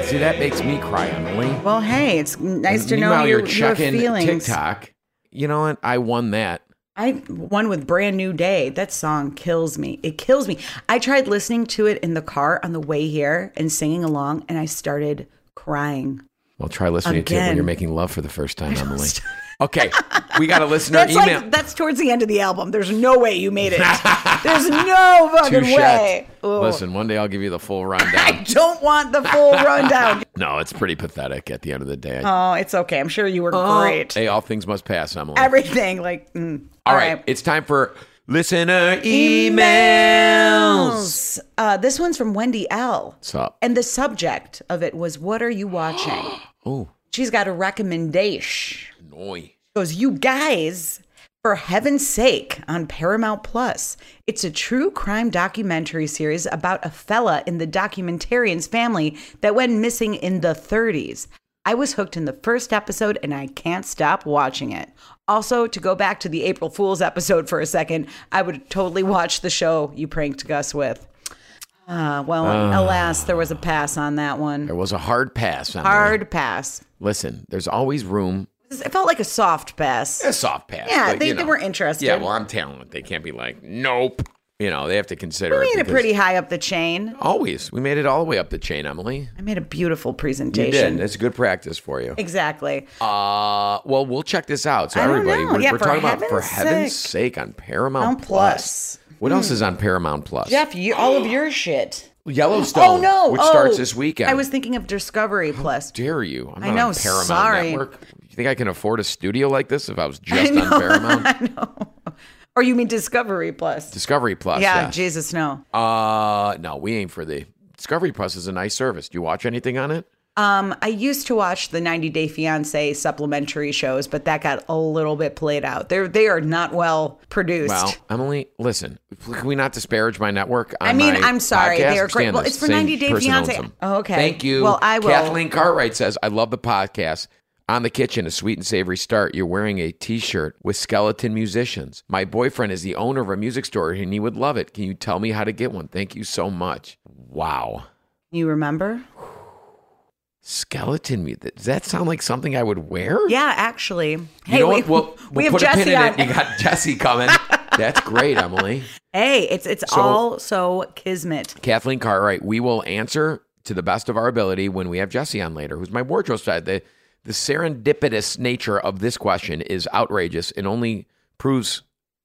S2: See, that makes me cry, Emily.
S3: Well, hey, it's nice to know
S2: Meanwhile,
S3: your,
S2: you're
S3: your
S2: checking
S3: feelings.
S2: TikTok. You know what? I won that.
S3: I one with Brand New Day. That song kills me. It kills me. I tried listening to it in the car on the way here and singing along, and I started crying.
S2: Well, try listening to it when
S3: Again.
S2: you're making love for the first time, Emily. Okay, we got a listener
S3: That's
S2: email.
S3: like that's towards the end of the album. There's no way you made it. There's no fucking
S2: Touche.
S3: way. Ugh.
S2: Listen, one day I'll give you the full
S3: I
S2: rundown.
S3: don't want the full rundown.
S2: no, it's pretty pathetic at the end of the day.
S3: Oh, it's okay. I'm sure you were
S2: Oh,
S3: great.
S2: Hey, all things must pass, Emily.
S3: Everything like mm.
S2: all right. it's time for listener emails.
S3: Uh, this one's from Wendy L.
S2: What's up?
S3: And the subject of it was, What are you watching?
S2: Oh,
S3: She's got a recommendation.
S2: noi.
S3: goes, You guys, for heaven's sake, on Paramount Plus. It's a true crime documentary series about a fella in the documentarian's family that went missing in the 30s. I was hooked in the first episode and I can't stop watching it. Also, to go back to the April Fool's episode for a second, I would totally watch the show you pranked Gus with. Ah, well, alas, there was a pass on that one.
S2: There was a hard pass, Emily.
S3: Hard pass.
S2: Listen, there's always room.
S3: It felt like a soft pass.
S2: A soft pass.
S3: Yeah,
S2: but,
S3: they,
S2: you
S3: they
S2: know.
S3: were interested.
S2: Yeah, well, I'm talented. They can't be like, nope. You know, they have to consider
S3: I
S2: it.
S3: made it
S2: because-
S3: pretty high up the chain.
S2: Always. We made it all the way up the chain, Emily.
S3: I made a beautiful
S2: You
S3: presentation.
S2: did. It's good practice for you.
S3: Exactly.
S2: Uh, well, we'll check this out. So
S3: I don't
S2: everybody,
S3: know.
S2: we're,
S3: Yeah,
S2: we're
S3: for
S2: talking about for
S3: heaven's
S2: heaven's sake on
S3: On
S2: Paramount
S3: plus. Hmm.
S2: What else is on Paramount Plus?
S3: Jeff, you, all of your shit.
S2: Yellowstone.
S3: Oh no!
S2: which
S3: Oh,
S2: starts this weekend.
S3: I was thinking of Discovery Plus.
S2: dare you? I'm not
S3: I
S2: on
S3: know,
S2: Paramount
S3: sorry.
S2: Network. You think I can afford a studio like this if I was just on Paramount?
S3: I know. Or you mean Discovery Plus?
S2: Discovery Plus.
S3: yeah,
S2: yes.
S3: Jesus, no.
S2: Uh, no, we aim for the Discovery Plus is a nice service. Do you watch anything on it?
S3: Um, I used to watch the 90 Day Fiance supplementary shows, but that got a little bit played out. They're they are not well produced.
S2: Well, Emily, listen, can we not disparage my network? on
S3: I mean,
S2: my
S3: I'm sorry,
S2: podcast?
S3: they are great.
S2: Understand
S3: Well,
S2: this.
S3: it's for
S2: Same
S3: 90 Day
S2: person owns
S3: Fiancé.
S2: them.
S3: Oh, okay.
S2: Thank you.
S3: Well, I will-
S2: Kathleen Cartwright says, I love the podcast. On the kitchen, a sweet and savory start. You're wearing a t shirt with skeleton musicians. My boyfriend is the owner of a music store and he would love it. Can you tell me how to get one? Thank you so much. Wow.
S3: You remember?
S2: Skeleton mu Does that sound like something I would wear?
S3: Yeah, actually.
S2: You know what? We'll, we'll
S3: we have
S2: put a pin
S3: Jesse
S2: in it.
S3: on.
S2: You got Jesse coming. That's great, Emily.
S3: Hey, it's it's
S2: So-
S3: all so kismet.
S2: Kathleen Cartwright, we will answer to the best of our ability when we have Jesse on later, who's my wardrobe side. The, the serendipitous nature of this question is outrageous and only proves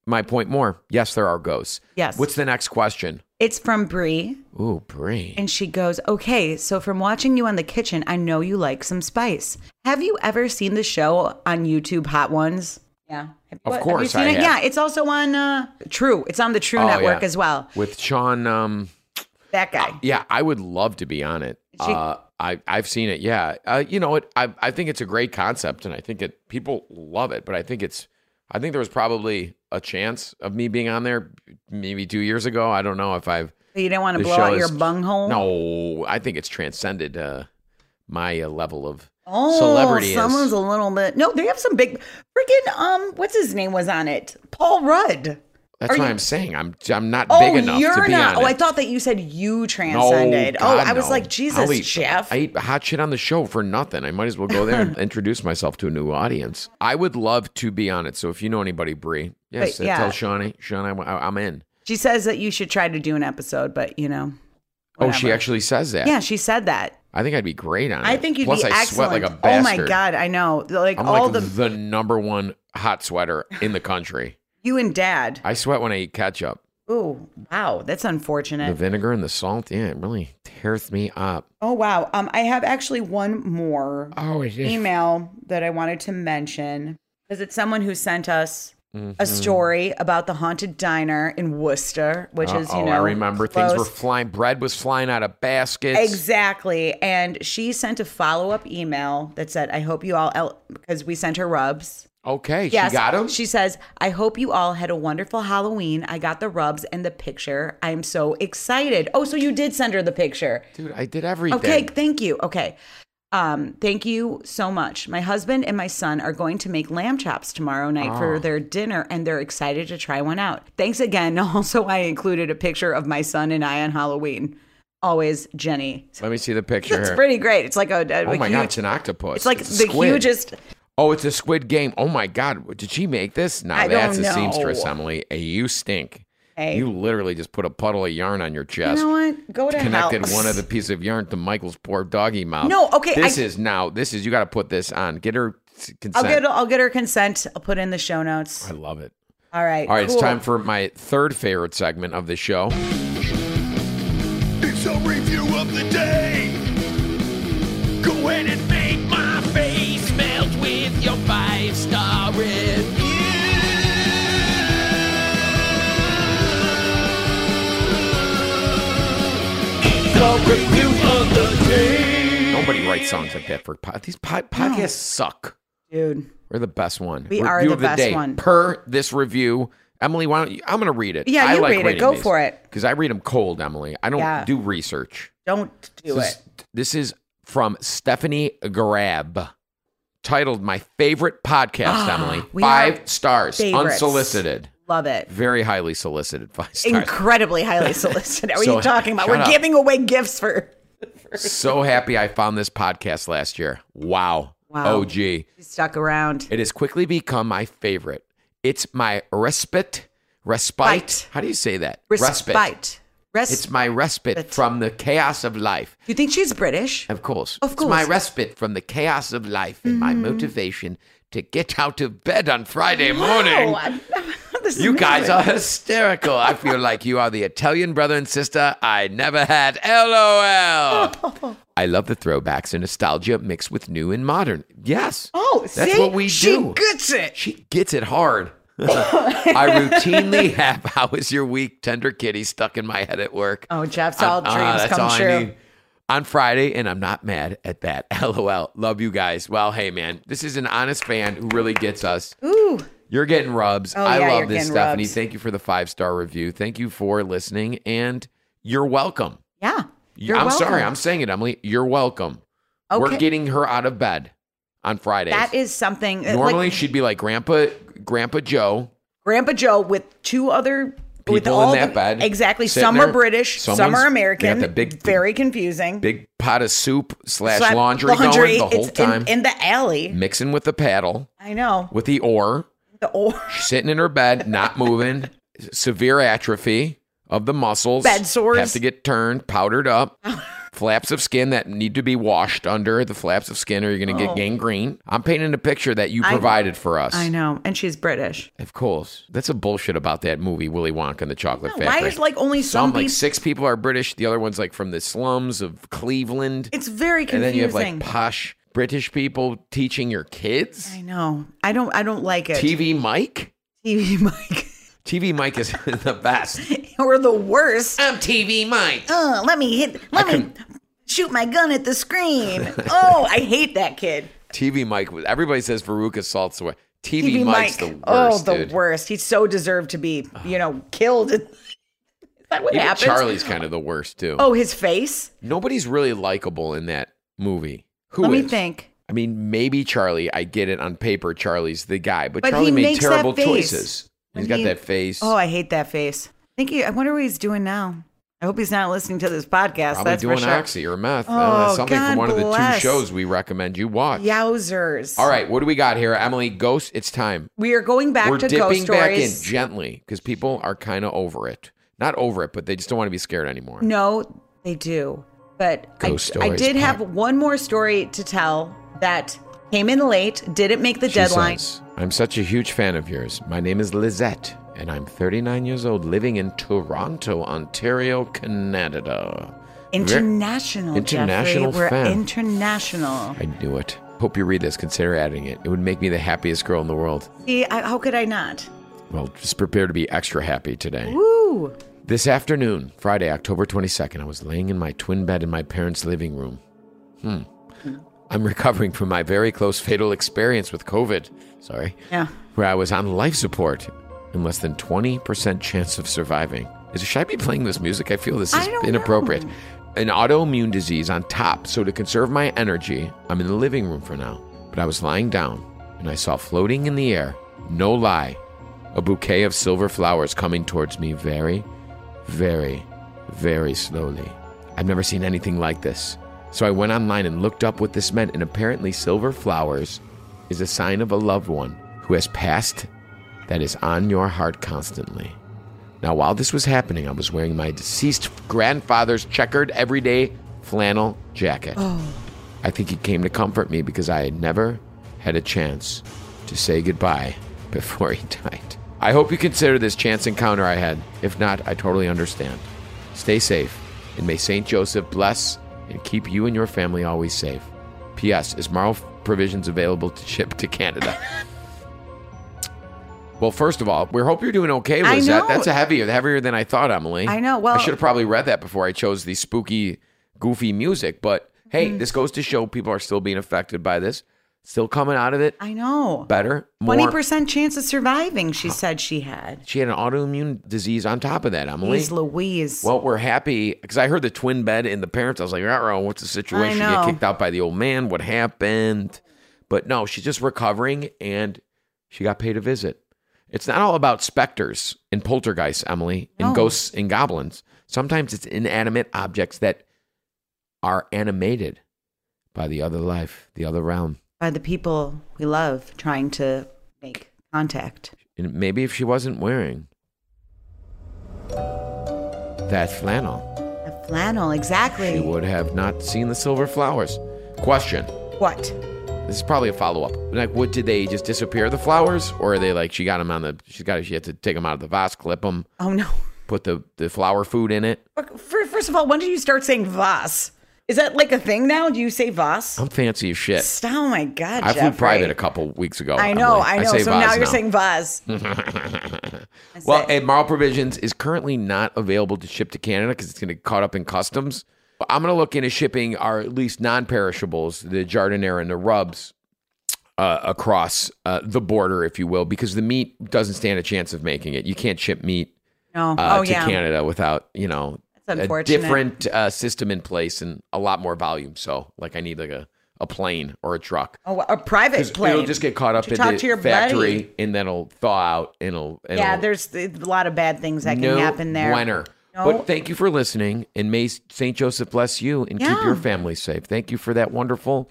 S2: my point more. Yes, there are ghosts.
S3: Yes.
S2: What's the next question?
S3: It's from Bree,
S2: Ooh, Bree.
S3: and she goes, "Okay, so from watching you on the kitchen, I know you like some spice. Have you ever seen the show on YouTube, Hot Ones?" Yeah. Have
S2: Of
S3: you
S2: course
S3: seen
S2: I
S3: it?
S2: have.
S3: Yeah, it's also on uh, True. It's on the True
S2: Oh, yeah.
S3: network
S2: Oh,
S3: as well.
S2: With Sean, um,
S3: That guy.
S2: yeah, I would love to be on it.
S3: She-
S2: uh, I, I've seen it. Yeah. Uh, you know, it, I, I think it's a great concept and I think it, people love it, but I think it's, I think there was probably a chance of me being on there maybe two years ago. I don't know if I've,
S3: But you didn't want to
S2: the
S3: blow
S2: show
S3: out your
S2: is-
S3: bunghole.
S2: No, I think it's transcended uh, my uh, level of
S3: Oh,
S2: celebrity. is-
S3: someone's a little bit. No, they have some big freaking um. What's his name was on it? Paul Rudd.
S2: That's
S3: are
S2: why
S3: you-
S2: I'm saying I'm I'm not
S3: Oh,
S2: big enough
S3: you're
S2: to be
S3: not.
S2: on
S3: oh,
S2: it.
S3: I thought that you said you
S2: no,
S3: transcended. oh,
S2: God,
S3: I was
S2: no.
S3: like, Jesus,
S2: I'll eat-
S3: Jeff.
S2: I eat hot shit on the show for nothing. I might as well go there and introduce myself to a new audience. I would love to be on it. So if you know anybody, Bree, yes,
S3: But,
S2: uh,
S3: yeah.
S2: tell Shawnee. Sean, I, I, am in.
S3: she says that you should try to do an episode, but you know.
S2: Oh, she
S3: whatever.
S2: actually says that.
S3: Yeah, she said that.
S2: I think I'd be great on it.
S3: I think you'd
S2: Plus,
S3: be
S2: I
S3: excellent.
S2: sweat like a
S3: oh
S2: bastard.
S3: my god, I know. Like
S2: I'm
S3: all
S2: like
S3: the
S2: the number one hot sweater in the country.
S3: you and Dad.
S2: I sweat when I eat ketchup.
S3: Ooh, wow, that's
S2: The
S3: unfortunate.
S2: vinegar and the salt, yeah, it really tears me up.
S3: Oh wow. Um, I have actually one more.
S2: Oh, it is.
S3: email that I wanted to mention because it's someone who sent us
S2: Mm-hmm.
S3: a story about the haunted diner in Worcester, which is you
S2: oh,
S3: know
S2: I remember things were
S3: close.
S2: flying. Bread was flying out of baskets.
S3: exactly. And she sent a follow up email that said, "I hope you all el-, because we sent her rubs."
S2: Okay,
S3: Yes,
S2: she got him.
S3: She says, "I hope you all had a wonderful Halloween. I got the rubs and the picture. I am so excited." Oh, so you did send her the picture.
S2: Dude, I did everything.
S3: Okay, thank you. Okay. Um, thank you so much. My husband and my son are going to make lamb chops tomorrow night
S2: Ah.
S3: for their dinner and they're excited to try one out. Thanks again. Also, I included a picture of my son and I on Halloween. Always Jenny.
S2: Let me see the picture.
S3: It's
S2: here.
S3: pretty great. It's like a, a-
S2: oh
S3: a
S2: my
S3: huge,
S2: god, it's an octopus.
S3: it's like
S2: a
S3: the
S2: squid.
S3: hugest
S2: Oh, it's a squid game. Oh my god, did she make this? No,
S3: I
S2: that's
S3: don't
S2: a seamstress,
S3: know.
S2: Emily. Hey, you stink.
S3: Hey.
S2: You literally just put a puddle of yarn on your
S3: You
S2: chest.
S3: know what? Go to
S2: Connected
S3: hell.
S2: one of the piece of yarn to Michael's poor doggy mouth.
S3: No, okay,
S2: This
S3: I-
S2: is now. This is you got to put this on. Get her s-
S3: I'll
S2: consent.
S3: get I'll get her consent. I'll put it in the show notes.
S2: I love it.
S3: All right.
S2: All right,
S3: cool.
S2: it's time for my third favorite segment of the show.
S1: It's a review of the day. Go ahead and make my face melt with your five star review.
S2: Nobody writes songs like that for pod- these pod- podcasts. Suck.
S3: dude.
S2: We're the best one.
S3: We are
S2: Review
S3: the
S2: of
S3: best
S2: day.
S3: one.
S2: Per this review, Emily, why don't you? I'm going to read it.
S3: Yeah,
S2: I
S3: you
S2: like
S3: read it. Go for it.
S2: Because I read them cold, Emily. I don't
S3: Yeah.
S2: do research.
S3: Don't do
S2: This,
S3: it.
S2: this is from Stephanie Grab, titled "My Favorite Podcast." Emily,
S3: we are
S2: five stars,
S3: favorites.
S2: unsolicited,
S3: Love it.
S2: very highly solicited. Five stars.
S3: incredibly highly solicited. What are
S2: So,
S3: you talking about?
S2: shut
S3: We're
S2: up.
S3: giving away gifts for.
S2: so happy I found this podcast last year. Wow.
S3: Wow.
S2: OG. It
S3: She stuck around.
S2: has quickly become my favorite. It's my respite. Respite.
S3: Bite.
S2: How do you say that?
S3: Respite. Res-
S2: It's my respite
S3: Bit.
S2: from the chaos of life.
S3: you think she's British?
S2: Of course.
S3: Of
S2: It's my
S3: course. Mm.
S2: respite from the chaos of life and my motivation to get out of bed on Friday morning.
S3: Oh, I'm- this is
S2: You guys
S3: amazing.
S2: are hysterical. I feel like you are the Italian brother and sister I never had. LOL. I love the throwbacks and nostalgia mixed with new and modern. Yes.
S3: Oh,
S2: That's
S3: see?
S2: what we
S3: she
S2: do.
S3: gets it.
S2: She gets it hard. I routinely have "How is your week?" tender kitty stuck in my head at work.
S3: Oh, Jeff's all
S2: Ah,
S3: dreams
S2: that's
S3: come
S2: all I
S3: true.
S2: need. On Friday, and I'm not mad at that. LOL. Love you guys. Well, hey man, this is an honest fan who really gets us.
S3: Ooh,
S2: You're getting rubs.
S3: Oh,
S2: I
S3: yeah,
S2: love
S3: you're
S2: this,
S3: getting
S2: Stephanie.
S3: rubs.
S2: Thank you for the five star review. Thank you for listening, and you're welcome.
S3: yeah. You're
S2: I'm
S3: welcome.
S2: sorry, I'm saying it, Emily. You're welcome. We're
S3: Okay.
S2: getting her out of bed on Fridays.
S3: That is something. uh,
S2: Normally,
S3: like,
S2: she'd be like Grandpa, Grandpa Joe.
S3: Grandpa Joe with two other with
S2: People in
S3: all
S2: that
S3: the-
S2: bed,
S3: Exactly.
S2: sitting
S3: Some
S2: there.
S3: are British, some
S2: Someone's-
S3: are
S2: they got
S3: American.
S2: the big-
S3: very confusing.
S2: Big pot of soup slash
S3: Slap-
S2: laundry, going the whole
S3: it's in-
S2: time, Mm.
S3: in, the alley.
S2: mixing with the paddle,
S3: I know.
S2: with the oar,
S3: The or
S2: sitting in her bed, not moving, severe atrophy of the muscles,
S3: Bed sores.
S2: have to get turned, powdered up. Flaps of skin that need to be washed under the flaps of skin, or you're going to
S3: Oh.
S2: get gangrene. I'm painting a picture that you
S3: I-
S2: provided for us.
S3: I know, and she's British.
S2: Of course. That's a bullshit about that movie, Willy Wonka and the Chocolate Factory.
S3: Why is like only some
S2: Some
S3: people?
S2: like six people are British, the other one's like from the slums of Cleveland.
S3: it's very
S2: and
S3: confusing.
S2: then you have like posh British people teaching your kids.
S3: I know. I don't. I don't like it.
S2: TV Mike?
S3: TV Mike,
S2: TV Mike is the best.
S3: or the worst.
S2: I'm TV Mike.
S3: Uh, let me hit. Let me shoot my gun at the screen. oh, I hate that kid.
S2: TV Mike was everybody says Veruca Salt's the way. TV,
S3: TV
S2: Mike's
S3: Mike.
S2: the worst.
S3: oh, the
S2: dude.
S3: worst. He so deserved to be, you know, killed. Is that what
S2: Even
S3: happens?
S2: Charlie's kind of the worst too.
S3: Oh, his face.
S2: Nobody's really likable in that movie. Who
S3: Let me
S2: is?
S3: think.
S2: I mean, maybe Charlie. I get it on paper. Charlie's the guy, but,
S3: But
S2: Charlie
S3: he
S2: made
S3: makes that
S2: terrible
S3: face.
S2: choices.
S3: When
S2: he's got
S3: he-
S2: that face.
S3: Oh, I hate that face. Thank you. I wonder what he's doing now. I hope he's not listening to this podcast.
S2: Probably
S3: That's
S2: doing
S3: for sure.
S2: oxy or meth. Uh,
S3: Oh,
S2: something from
S3: God
S2: one of the two
S3: bless.
S2: shows we recommend you watch.
S3: Yowzers.
S2: All right, what do we got here, Emily? Ghost. It's time.
S3: We are going back
S2: We're
S3: to
S2: dipping
S3: ghost
S2: back in
S3: stories.
S2: gently because people are kind of over it. Not over it, but they just don't want to be scared anymore.
S3: No, they do. But I,
S2: Ghost
S3: I
S2: stories,
S3: did have
S2: Pat.
S3: one more story to tell that came in late, didn't make the
S2: She
S3: deadline.
S2: says, I'm such a huge fan of yours. My name is Lizette, and I'm 39 years old, living in Toronto, Ontario, Canada. Ver-
S3: International.
S2: International
S3: Jeffrey.
S2: fan.
S3: We're international.
S2: I knew it. Hope you read this. Consider adding it. It would make me the happiest girl in the world.
S3: See, I, how could I not?
S2: Well, just prepare to be extra happy today.
S3: Woo!
S2: This afternoon, Friday, October 22nd, I was laying in my twin bed in my parents' living room. Hmm. I'm recovering from my very close fatal experience with COVID. Sorry.
S3: Yeah.
S2: Where I was on life support and less than 20% chance of surviving. Is, should I be playing this music? I feel this
S3: I
S2: is
S3: don't
S2: inappropriate.
S3: know.
S2: An autoimmune disease on top. So, to conserve my energy, I'm in the living room for now. But I was lying down and I saw floating in the air, no lie, a bouquet of silver flowers coming towards me very, very, very slowly. I've never seen anything like this. So I went online and looked up what this meant, and apparently, silver flowers is a sign of a loved one who has passed that is on your heart constantly. Now, while this was happening, I was wearing my deceased grandfather's checkered everyday flannel jacket. I think he came to comfort me because I had never had a chance to say goodbye before he died. I hope you consider this chance encounter I had. If not, I totally understand. Stay safe, and may St. Joseph bless and keep you and your family always safe. P.S. Is Marl Provisions available to ship to Canada? well, first of all, we hope you're doing okay,
S3: I
S2: Lizette.
S3: know.
S2: That's a heavier, heavier than I thought, Emily.
S3: I know. Well-
S2: I should have probably read that before I chose the spooky, goofy music. But hey, this goes to show people are still being affected by this, still coming out of it
S3: I know.
S2: better. More.
S3: Twenty percent chance of surviving. She said she had.
S2: She had an autoimmune disease on top of that, Emily.
S3: Jeez Louise.
S2: Well, we're happy because I heard the twin bed and the parents. I was like, "Uh-oh, what's the situation?
S3: I
S2: Get
S3: know.
S2: kicked out by the old man? What happened?" But no, she's just recovering, and she got paid a visit. It's not all about specters and poltergeists, Emily, and
S3: No.
S2: ghosts and goblins. Sometimes it's inanimate objects that are animated by the other life, the other realm.
S3: by the people we love trying to make contact.
S2: And maybe if she wasn't wearing that flannel,
S3: A flannel, exactly.
S2: She would have not seen the silver flowers. Question.
S3: What?
S2: This is probably a follow up. Like, what did they just disappear the flowers, or are they like she got them on the? She got she had to take them out of the vase, clip them,
S3: Oh no.
S2: put the the flower food in it.
S3: Fir- First of all, when did you start saying Voss? Is that like a thing now? Do you say Voss?
S2: I'm fancy as shit.
S3: St- Oh my god,
S2: I flew
S3: Jeffrey.
S2: private a couple weeks ago.
S3: I know,
S2: Emily.
S3: I know.
S2: say Hmm.
S3: so
S2: Vaz
S3: now you're saying Voss.
S2: Well,
S3: say-
S2: and Marl Provisions is currently not available to ship to Canada because it's going to get caught up in customs. I'm going to look into shipping our at least non perishables, the jardinera and the rubs, uh, across uh, the border, if you will, because the meat doesn't stand a chance of making it. You can't ship meat
S3: No.
S2: uh,
S3: oh
S2: to
S3: yeah.
S2: Canada without, you know,
S3: That's
S2: a
S3: unfortunate.
S2: different uh, system in place and a lot more volume. So, like, I need like a, a plane or a truck.
S3: Oh, a private
S2: 'Cause
S3: plane.
S2: It'll just get caught up
S3: Should
S2: in
S3: talk
S2: the
S3: to your
S2: factory,
S3: buddy.
S2: and then it'll thaw out, and it'll, and
S3: yeah,
S2: it'll-
S3: there's a lot of bad things that can
S2: no
S3: happen there.
S2: Winner.
S3: No.
S2: But thank you for listening, and may Saint Joseph bless you and keep
S3: Yeah.
S2: your family safe. Thank you for that wonderful.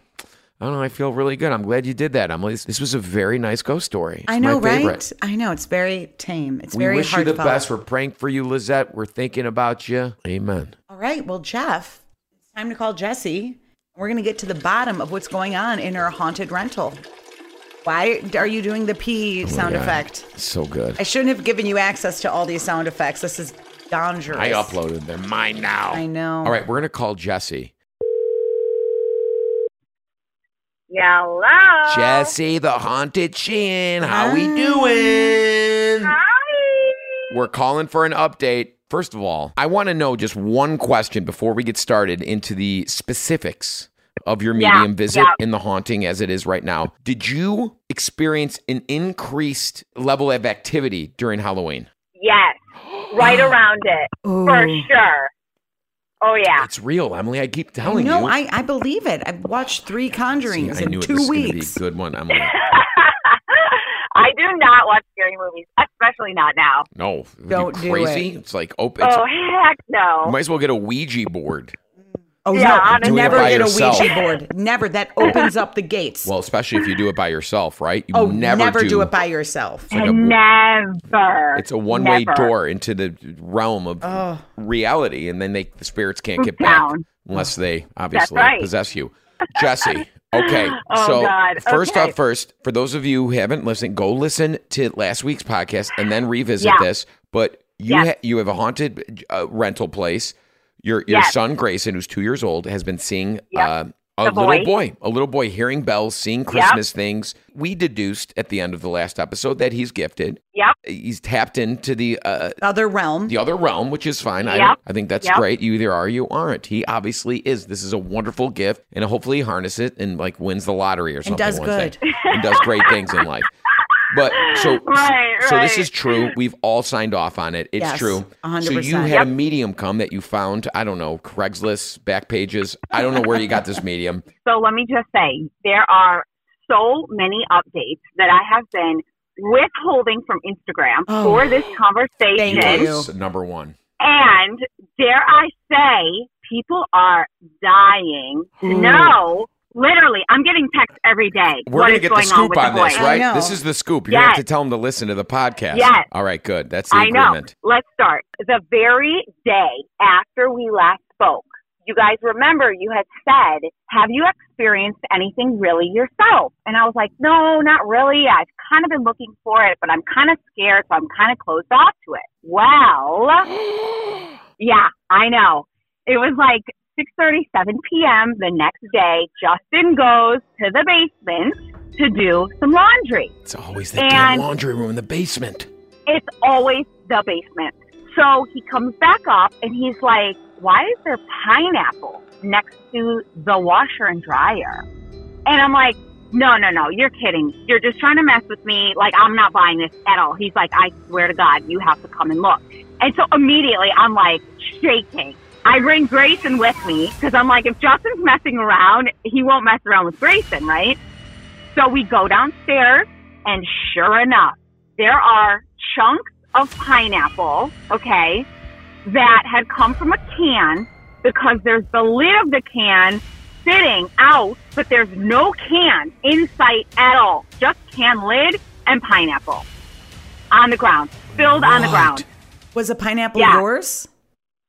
S2: I don't know. I feel really good. I'm glad you did that. I'm. This was a very nice ghost story. It's
S3: I know,
S2: my
S3: right?
S2: favorite.
S3: I know. It's very tame. It's
S2: We
S3: very
S2: wish
S3: heartfelt.
S2: you the best. We're praying for you, Lizette. We're thinking about you. Amen.
S3: All right. Well, Jeff, it's time to call Jesse. We're going to get to the bottom of what's going on in her haunted rental. Why are you doing the P sound
S2: God.
S3: effect?
S2: Oh, So good.
S3: I shouldn't have given you access to all these sound effects. This is dangerous.
S2: I uploaded them. Mine now.
S3: I know.
S2: All right, we're gonna call Jesse.
S4: Hello.
S2: Jesse, the haunted chin. How we
S3: Hi.
S2: doing?
S4: Hi.
S2: We're calling for an update. First of all, I want to know just one question before we get started into the specifics of your
S4: Yeah,
S2: medium visit
S4: yeah.
S2: in the haunting as it is right now. Did you experience an increased level of activity during Halloween?
S4: Yes. Right around it. For
S3: Ooh.
S4: sure. Oh yeah.
S2: It's real, Emily. I keep telling
S3: No,
S2: you.
S3: I, I believe it. I've watched three
S2: See,
S3: Conjurings
S2: I knew
S3: in
S2: it
S3: two
S2: was going to be
S3: weeks.
S2: a good one, Emily.
S4: I do not watch scary movies, especially not now.
S2: No, you
S3: Don't do
S2: crazy.
S3: it.
S2: It's like open. it's-
S4: Oh heck
S2: you
S4: no.
S2: might as well get a Ouija board.
S3: Oh
S4: Yeah,
S3: no!
S4: honestly.
S3: Never
S2: Do it by
S3: get
S2: yourself.
S3: a Ouija board. Never. That opens up the gates.
S2: Well, especially if you do it by yourself, right? You
S3: oh,
S2: never,
S3: do. it by yourself.
S2: like a-
S4: never.
S2: It's a one-way
S4: Never.
S2: door into the realm of
S3: Oh.
S2: reality, and then they the spirits can't get back
S4: Down.
S2: unless they obviously
S4: right.
S2: possess you. Jesse. Okay.
S4: Oh,
S2: so
S4: God.
S2: first
S4: Okay.
S2: off first, for those of you who haven't listened, go listen to last week's podcast and then revisit
S4: Yeah.
S2: this. But you
S4: Yes.
S2: ha- you have a haunted uh, rental place. Your your
S4: Yes.
S2: son Grayson, who's two years old, has been seeing
S4: Yep.
S2: uh, a
S4: The
S2: little
S4: boy.
S2: boy, a little boy hearing bells, seeing Christmas things. We deduced at the end of the last episode that he's gifted.
S4: Yep.
S2: He's tapped into the uh,
S3: Other realm.
S2: the other realm, which is fine. I,
S4: Yep.
S2: I think that's
S4: Yep.
S2: great. You either are or you aren't. He obviously is. This is a wonderful gift, and hopefully he harnesses it and like wins the lottery or something.
S3: does
S2: one
S3: good.
S2: day. and does great things in life. But so,
S4: Right,
S2: so this
S4: right.
S2: is true. We've all signed off on it. It's
S3: Yes,
S2: true. So you
S3: 100%.
S2: had a medium come that you found. I don't know Craigslist, back pages. I don't know where you got this medium.
S4: So let me just say, there are so many updates that I have been withholding from Instagram
S3: Oh.
S4: for this
S3: Thank
S4: conversation.
S3: you.
S2: Yes, number one.
S4: And dare I say, people are dying to
S3: Ooh.
S4: know. Literally, I'm getting texts every day.
S2: Hmm. We're
S4: what
S2: gonna
S4: is
S2: get the
S4: going on
S2: scoop
S4: with
S2: on,
S4: the
S2: this,
S4: boy.
S3: I
S2: right?
S3: know.
S2: This is the scoop. You're gonna have to
S4: Yes.
S2: tell them to listen to the podcast.
S4: Yes.
S2: All right. Good. That's the
S4: I know.
S2: agreement.
S4: Let's start. The very day after we last spoke, you guys remember you had said, Have you experienced anything really yourself? And I was like, No, not really. I've kind of been looking for it, but I'm kind of scared, so I'm kind of closed off to it. Well, yeah, I know. It was like 6:37 p.m. the next day. Justin goes to the basement to do some laundry
S2: It's always that damn
S4: And-
S2: laundry room in the basement.
S4: it's always the basement. So he comes back up and he's like, Why is there pineapple next to the washer and dryer? And I'm like, No, no, no, you're kidding. You're just trying to mess with me. Like, I'm not buying this at all. He's like, I swear to God, you have to come and look. And so immediately I'm like shaking. I bring Grayson with me because I'm like, if Justin's messing around, he won't mess around with Grayson, right? So we go downstairs, and sure enough, there are chunks of pineapple, okay, that had come from a can because there's the lid of the can sitting out, but there's no can in sight at all. Just can lid and pineapple on the ground, spilled on the
S2: What?
S4: ground.
S3: Was a pineapple
S4: Yeah.
S3: yours?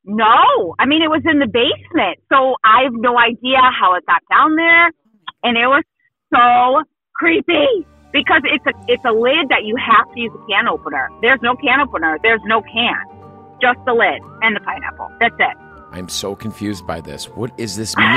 S4: No, I mean it was in the basement, so I have no idea how it got down there, and it was so creepy because it's a it's a lid that you have to use a can opener. There's no can opener. There's no can, just the lid and the pineapple. That's it.
S2: I'm so confused by this. What is this mean?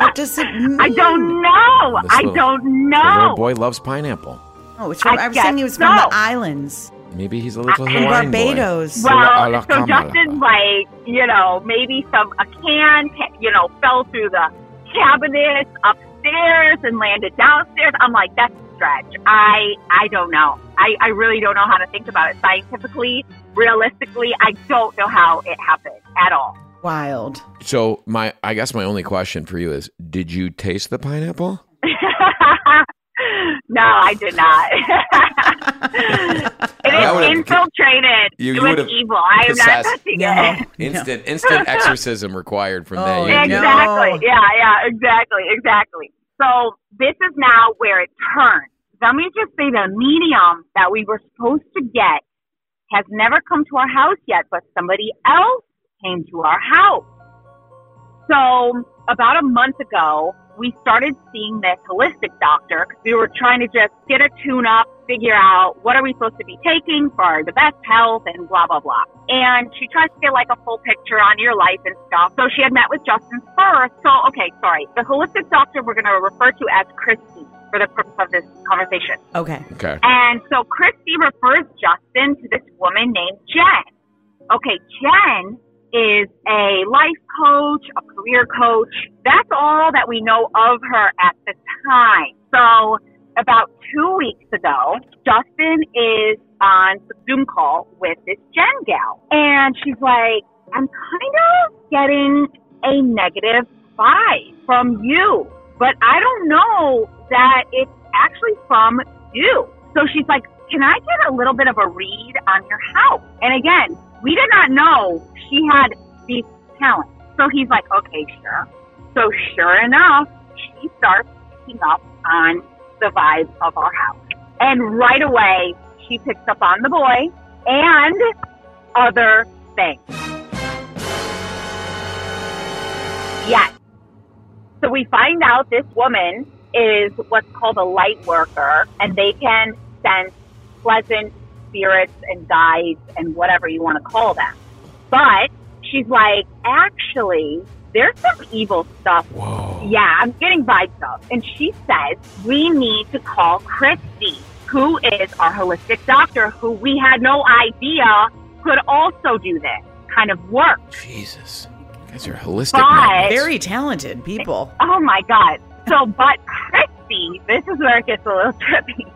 S3: What does it mean?
S4: I
S3: Mm.
S4: don't know.
S2: This
S4: I
S2: little-
S4: don't
S2: The little
S4: know.
S2: boy loves pineapple.
S3: Oh, it's from,
S4: I
S3: I, was saying he
S4: guess
S3: was from
S4: so.
S3: the islands,
S2: Maybe he's a little
S4: Uh,
S2: Hawaiian
S3: Barbados.
S2: boy. a la
S4: Well, so
S2: Kamala.
S4: Justin, like, you know, maybe some a can, ca- you know, fell through the cabinet upstairs and landed downstairs. I'm like, that's a stretch. I I don't know. I I really don't know how to think about it scientifically, realistically. I don't know how it happened at all.
S3: wild.
S2: So my, I guess my only question for you is: Did you taste the pineapple?
S4: no, I did not. it
S2: That
S4: is
S2: would've-
S4: infiltrated.
S2: You- you
S4: it was
S2: would've
S4: evil. I am not
S2: possessed-
S4: touching
S3: No.
S4: it.
S2: Instant, instant exorcism required from
S3: Oh,
S2: that.
S3: yeah.
S2: You-
S4: Exactly.
S3: No.
S4: Yeah, yeah, exactly, exactly. So this is now where it turns. Let me just say the medium that we were supposed to get has never come to our house yet, but somebody else came to our house. So about a month ago, we started seeing this holistic doctor 'cause we were trying to just get a tune up, figure out what are we supposed to be taking for the best health and blah, blah, blah. And she tries to get like a full picture on your life and stuff. So she had met with Justin first. So, okay, sorry. The holistic doctor we're going to refer to as Christy for the purpose of this conversation.
S3: Okay.
S2: Okay.
S4: And so Christy refers Justin to this woman named Jen. Okay, Jen is a life coach, a career coach. That's all that we know of her at the time. So about two weeks ago, Justin is on a Zoom call with this Jen gal. And she's like, I'm kind of getting a negative vibe from you, but I don't know that it's actually from you. So she's like, Can I get a little bit of a read on your house? And again, we did not know she had these talents. So he's like, Okay, sure. So sure enough, she starts picking up on the vibe of our house. And right away, she picks up on the boy and other things. Yes. So we find out this woman is what's called a light worker, and they can sense pleasant spirits and guides and whatever you want to call them. But she's like, actually, there's some evil stuff.
S2: Whoa.
S4: Yeah, I'm getting vibes up. And she says, we need to call Christy, who is our holistic doctor, who we had no idea could also do this kind of work.
S2: Jesus. You guys are holistic.
S4: But-
S2: magnets.
S3: Very talented people.
S4: Oh my God. So, but Christy, this is where it gets a little trippy.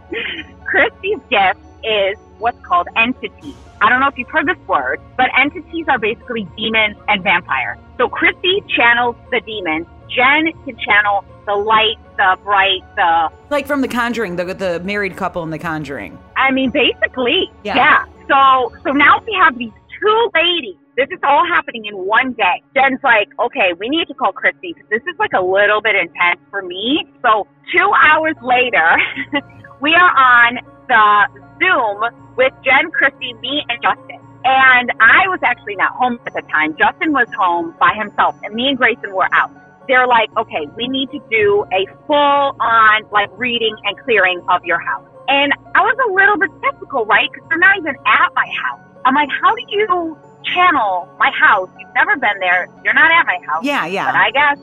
S4: Christy's gift is what's called entities. I don't know if you've heard this word, but entities are basically demons and vampires. So Christy channels the demons. Jen can channel the light, the bright, the
S3: Like from The Conjuring, the the married couple in The Conjuring.
S4: I mean, basically,
S3: Yeah.
S4: yeah. So, so now we have these two ladies. This is all happening in one day. Jen's like, okay, we need to call Christy because this is like a little bit intense for me. So, two hours later, we are on the Zoom with Jen, Christy, me, and Justin. And I was actually not home at the time. Justin was home by himself, and me and Grayson were out. They're like, okay, we need to do a full on like reading and clearing of your house. And I was a little bit skeptical, right? Because they're not even at my house. I'm like, how do you channel my house? You've never been there. You're not at my house.
S3: Yeah,
S4: But
S3: yeah.
S4: I guess,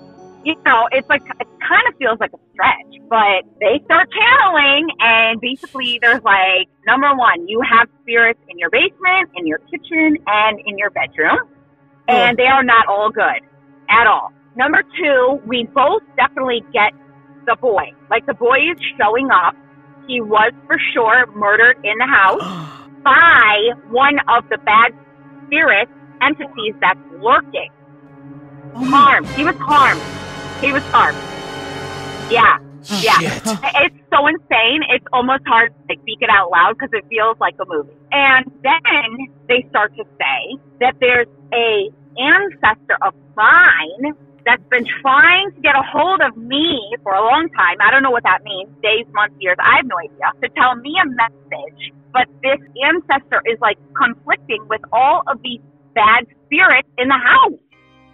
S4: you know, it's like, it kind of feels like a stretch, but they start channeling and basically there's like, number one, you have spirits in your basement, in your kitchen, and in your bedroom, and they are not all good at all. Number two, we both definitely get the boy. Like the boy is showing up. He was for sure murdered in the house by one of the bad spirit entities that's lurking
S3: Oh my-
S4: harmed. He was harmed. He was harmed. Yeah, yeah.
S2: Shit.
S4: It's so insane. It's almost hard to like, speak it out loud because it feels like a movie. And then they start to say that there's a ancestor of mine that's been trying to get a hold of me for a long time. I don't know what that means. Days, months, years. I have no idea. To tell me a message, but this ancestor is like conflicting with all of these bad spirits in the house.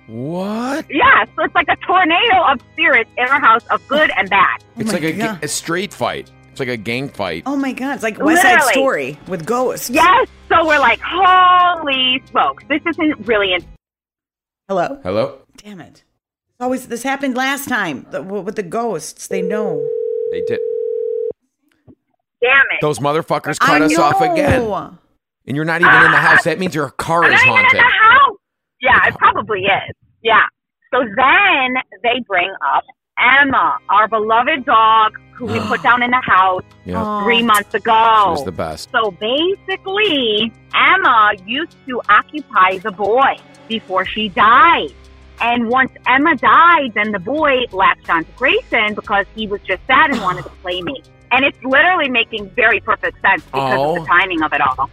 S2: What?
S4: Yeah, so it's like a tornado of spirits in our house of good and bad.
S2: It's
S3: Oh my
S2: like a, ga-
S3: God.
S2: a street fight. It's like a gang fight.
S3: Oh my God! It's like West Side
S4: Literally.
S3: Story with ghosts.
S4: Yes, so we're like, holy smokes, this isn't really in
S3: Hello.
S2: Hello?
S3: Damn it. It's Always this happened last time the, with the ghosts. They know.
S2: They did.
S4: Damn it.
S2: Those motherfuckers cut us off again.
S3: know.
S2: And you're not even in the house. That means your car
S4: I'm
S2: is
S4: not even in
S2: haunted.
S4: the house. Yeah, it probably is. Yeah. So then they bring up Emma, our beloved dog who we put down in the house
S2: Yeah.
S4: three months
S2: She
S4: ago.
S2: was the best.
S4: So basically, Emma used to occupy the boy before she died. And once Emma died, then the boy latched onto Grayson because he was just sad and wanted to play me. And it's literally making very perfect sense because
S2: Oh.
S4: of the timing of it all.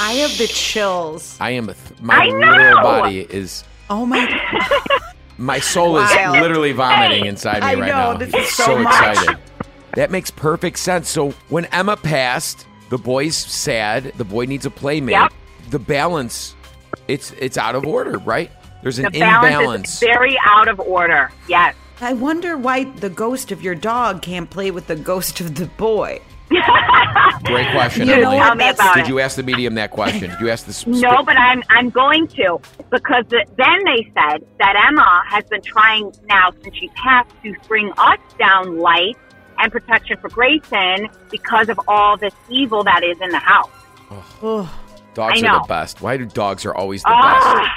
S3: I have the chills.
S2: I am a th- my
S4: I know!
S2: literal body is
S3: Oh my
S2: my soul is
S3: Wild.
S2: literally vomiting inside me
S3: I
S2: right
S3: know,
S2: now.
S3: this
S2: It's
S3: is
S2: so,
S3: so much.
S2: excited. That makes perfect sense. So when Emma passed, the boy's sad. The boy needs a playmate.
S4: Yep.
S2: The balance, it's it's out of order, right? There's an
S4: The balance
S2: imbalance.
S4: is very out of order. Yes.
S3: I wonder why the ghost of your dog can't play with the ghost of the boy.
S2: Great question,
S3: You know
S2: Emily.
S3: what?
S4: Tell me about
S2: Did
S4: it.
S2: you ask the medium that question? Did you ask the sp-
S4: No, but I'm I'm going to because the, then they said that Emma has been trying now since she passed to bring us down light and protection for Grayson because of all this evil that is in the house.
S3: Ugh.
S2: dogs
S4: I
S2: are
S4: know.
S2: the best? Why do dogs are always the
S4: Ah,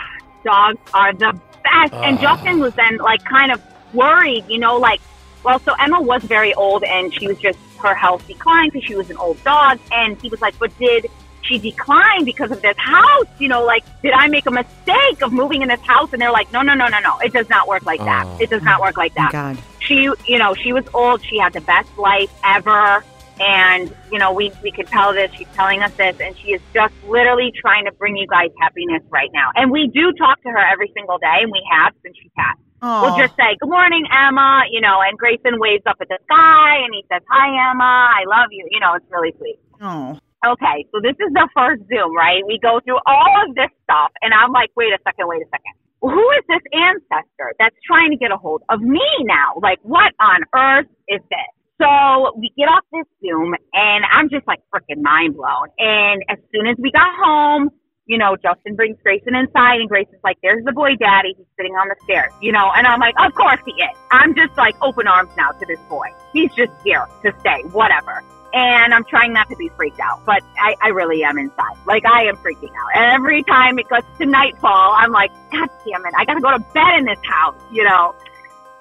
S4: dogs are the best. And Justin was then like kind of worried, you know, like well, so Emma was very old and she was just her health declined because she was an old dog, and he was like, but did she decline because of this house? You know, like did I make a mistake of moving in this house? And they're like, no, no, no, no, no, it does not work like that.
S2: Oh.
S4: It does not work like that
S3: God.
S4: she you know she was old she had the best life ever and you know we we could tell this she's telling us this and she is just literally trying to bring you guys happiness right now and we do talk to her every single day and we have since she passed
S3: Oh,
S4: we'll just say good morning emma you know and grayson waves up at the sky and he says hi emma i love you you know it's really sweet
S3: oh.
S4: okay, so this is the first Zoom, right? We go through all of this stuff, and I'm like, wait a second, wait a second. Who is this ancestor that's trying to get a hold of me now? Like, what on earth is this? So we get off this Zoom, and I'm just like freaking mind blown. And as soon as we got home, you know, Justin brings Grayson inside, and Grayson's like, "There's the boy, Daddy. He's sitting on the stairs." You know, and I'm like, "Of course he is." I'm just like open arms now to this boy. He's just here to stay, whatever. And I'm trying not to be freaked out, but I, I really am inside. Like I am freaking out. And every time it gets to nightfall, I'm like, "God damn it! I gotta go to bed in this house," you know.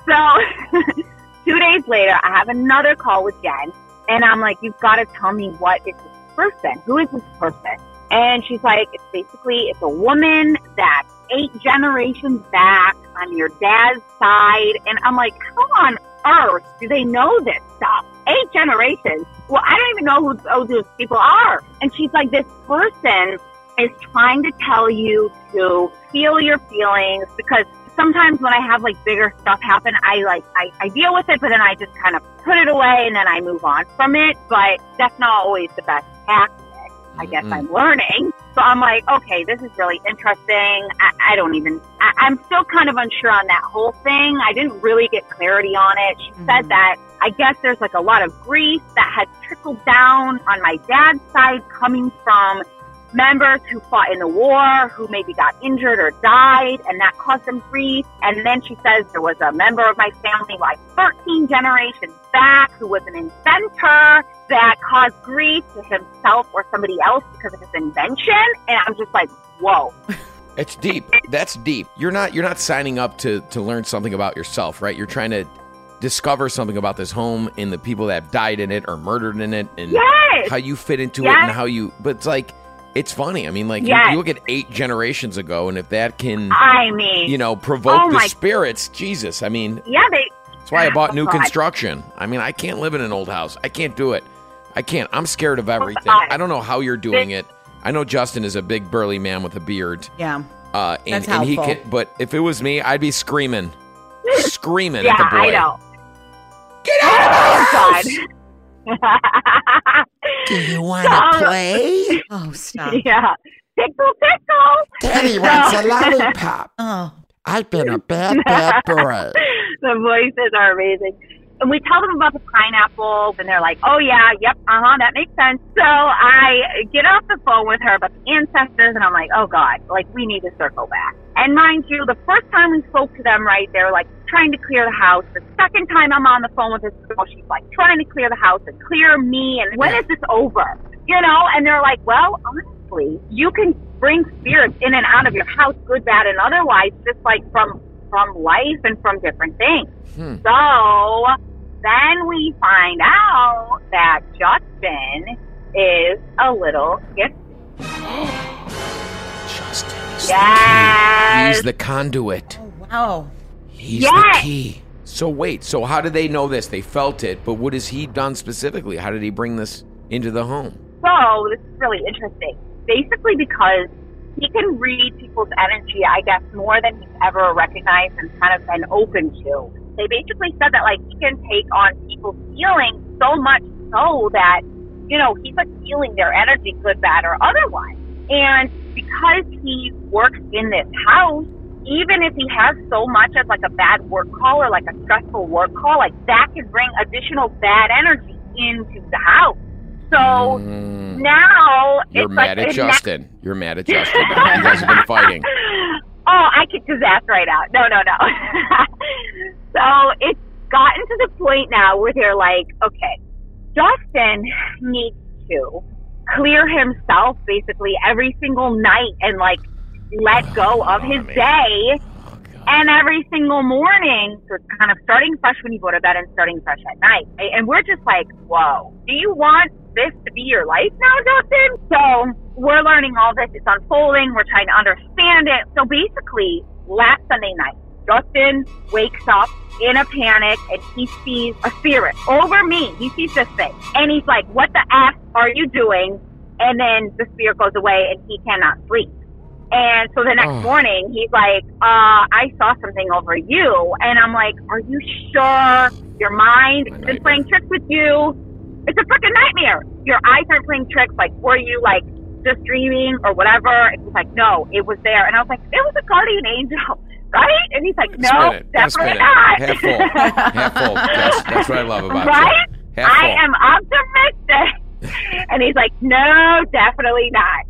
S4: So two days later, I have another call with Jen, and I'm like, "You've got to tell me what is this person? Who is this person?" And she's like, it's basically it's a woman that's eight generations back on your dad's side. And I'm like, how on earth do they know this stuff? Eight generations. Well, I don't even know who those those people are. And she's like, this person is trying to tell you to feel your feelings because sometimes when I have like bigger stuff happen, I like I, I deal with it, but then I just kind of put it away and then I move on from it. But that's not always the best tactic. I guess
S2: Mm-mm.
S4: I'm learning. So I'm like, okay, this is really interesting. I, I don't even, I, I'm still kind of unsure on that whole thing. I didn't really get clarity on it. She
S3: Mhm.
S4: said that I guess there's like a lot of grief that had trickled down on my dad's side coming from members who fought in the war, who maybe got injured or died, and that caused them grief. And then she says there was a member of my family, like 13 generations back, who was an inventor that caused grief to himself or somebody else because of his invention. And I'm just like, whoa.
S2: It's deep. That's deep. You're not you're not signing up to to learn something about yourself, right? You're trying to discover something about this home and the people that have died in it or murdered in it and
S4: Yes.
S2: how you fit into it
S4: Yes.
S2: and how you but it's like it's funny. I mean, like you-
S4: Yes.
S2: you, look at eight generations ago and if that can
S4: I mean,
S2: you know, provoke
S4: Oh
S2: the
S4: my-
S2: spirits, Jesus. I mean,
S4: yeah, they, Oh
S2: that's why I bought new
S4: God.
S2: construction. I mean, I can't live in an old house. I can't do it. I can't. I'm scared of everything.
S4: God.
S2: I don't know how you're doing it. I know Justin is a big burly man with a beard.
S3: Yeah.
S2: Uh, and,
S3: That's
S2: and he
S3: helpful.
S2: can, but if it was me, I'd be screaming, screaming
S4: yeah,
S2: at the boy.
S4: I know. Oh
S2: Get out of my house!
S4: God.
S2: Do you want to
S4: Stop.
S2: play?
S3: Oh, stop.
S4: yeah. Tickle, tickle.
S2: Daddy wants a lollipop.
S3: Oh.
S2: I've been a bad, bad boy.
S4: the voices are amazing. and we tell them about the pineapple, and they're like, "Oh yeah, yep, uh huh, that makes sense." So I get off the phone with her about the ancestors, and I'm like, "Oh God, like we need to circle back." And mind you, the first time we spoke to them, right, they're like trying to clear the house. The second time I'm on the phone with this girl, she's like trying to clear the house and clear me. And when is this over? You know? And they're like, "Well, honestly, you can bring spirits in and out of your house, good, bad, and otherwise, just like from from life and from different things." So then we find out that Justin is a little gift.
S2: Justin.
S4: Yes.
S2: He's the conduit.
S3: Oh, wow.
S2: He's the
S4: Yes.
S2: key. So wait, so how did they know this? They felt it, but what has he done specifically? How did he bring this into the home?
S4: So this is really interesting. Basically, because he can read people's energy, I guess, more than he's ever recognized and kind of been open to. They basically said that like he can take on people's feelings so much so that you know he's like feeling their energy, good, bad, or otherwise. And because he works in this house, even if he has so much as like a bad work call or like a stressful work call, like that can bring additional bad energy into the house. So
S2: Mm,
S4: now
S2: you're
S4: it's
S2: mad at
S4: like it now-
S2: Justin. You're mad at Justin. you guys have been fighting.
S4: Oh, I kicked his ass right out. No, no, no. so it's gotten to the point now where they're like, okay, Justin needs to clear himself basically every single night and like let go of his day
S2: Oh, God.
S4: and every single morning. So it's kind of starting fresh when you go to bed and starting fresh at night. A- And we're just like, whoa, do you want this to be your life now, Justin? So we're learning all this. It's unfolding. We're trying to understand it. So basically, last Sunday night, Justin wakes up in a panic and he sees a spirit over me. He sees this thing and he's like, what the F are you doing? And then the spirit goes away and he cannot sleep. And so the next
S2: Oh.
S4: morning, he's like, uh, I saw something over you. And I'm like, Are you sure? Your mind
S2: My
S4: is
S2: nightmare.
S4: playing tricks with you. It's a freaking nightmare. Your eyes aren't playing tricks. Like, were you like just dreaming or whatever? And he's like, No, it was there. And I was like, It was a guardian angel, right? And he's like,
S2: Spin
S4: No,
S2: it. Gotta spin
S4: definitely
S2: it.
S4: not.
S2: Half full. Half full. That's, that's what I love about
S4: Right?
S2: you. Half full.
S4: I am optimistic. and he's like, no, definitely not.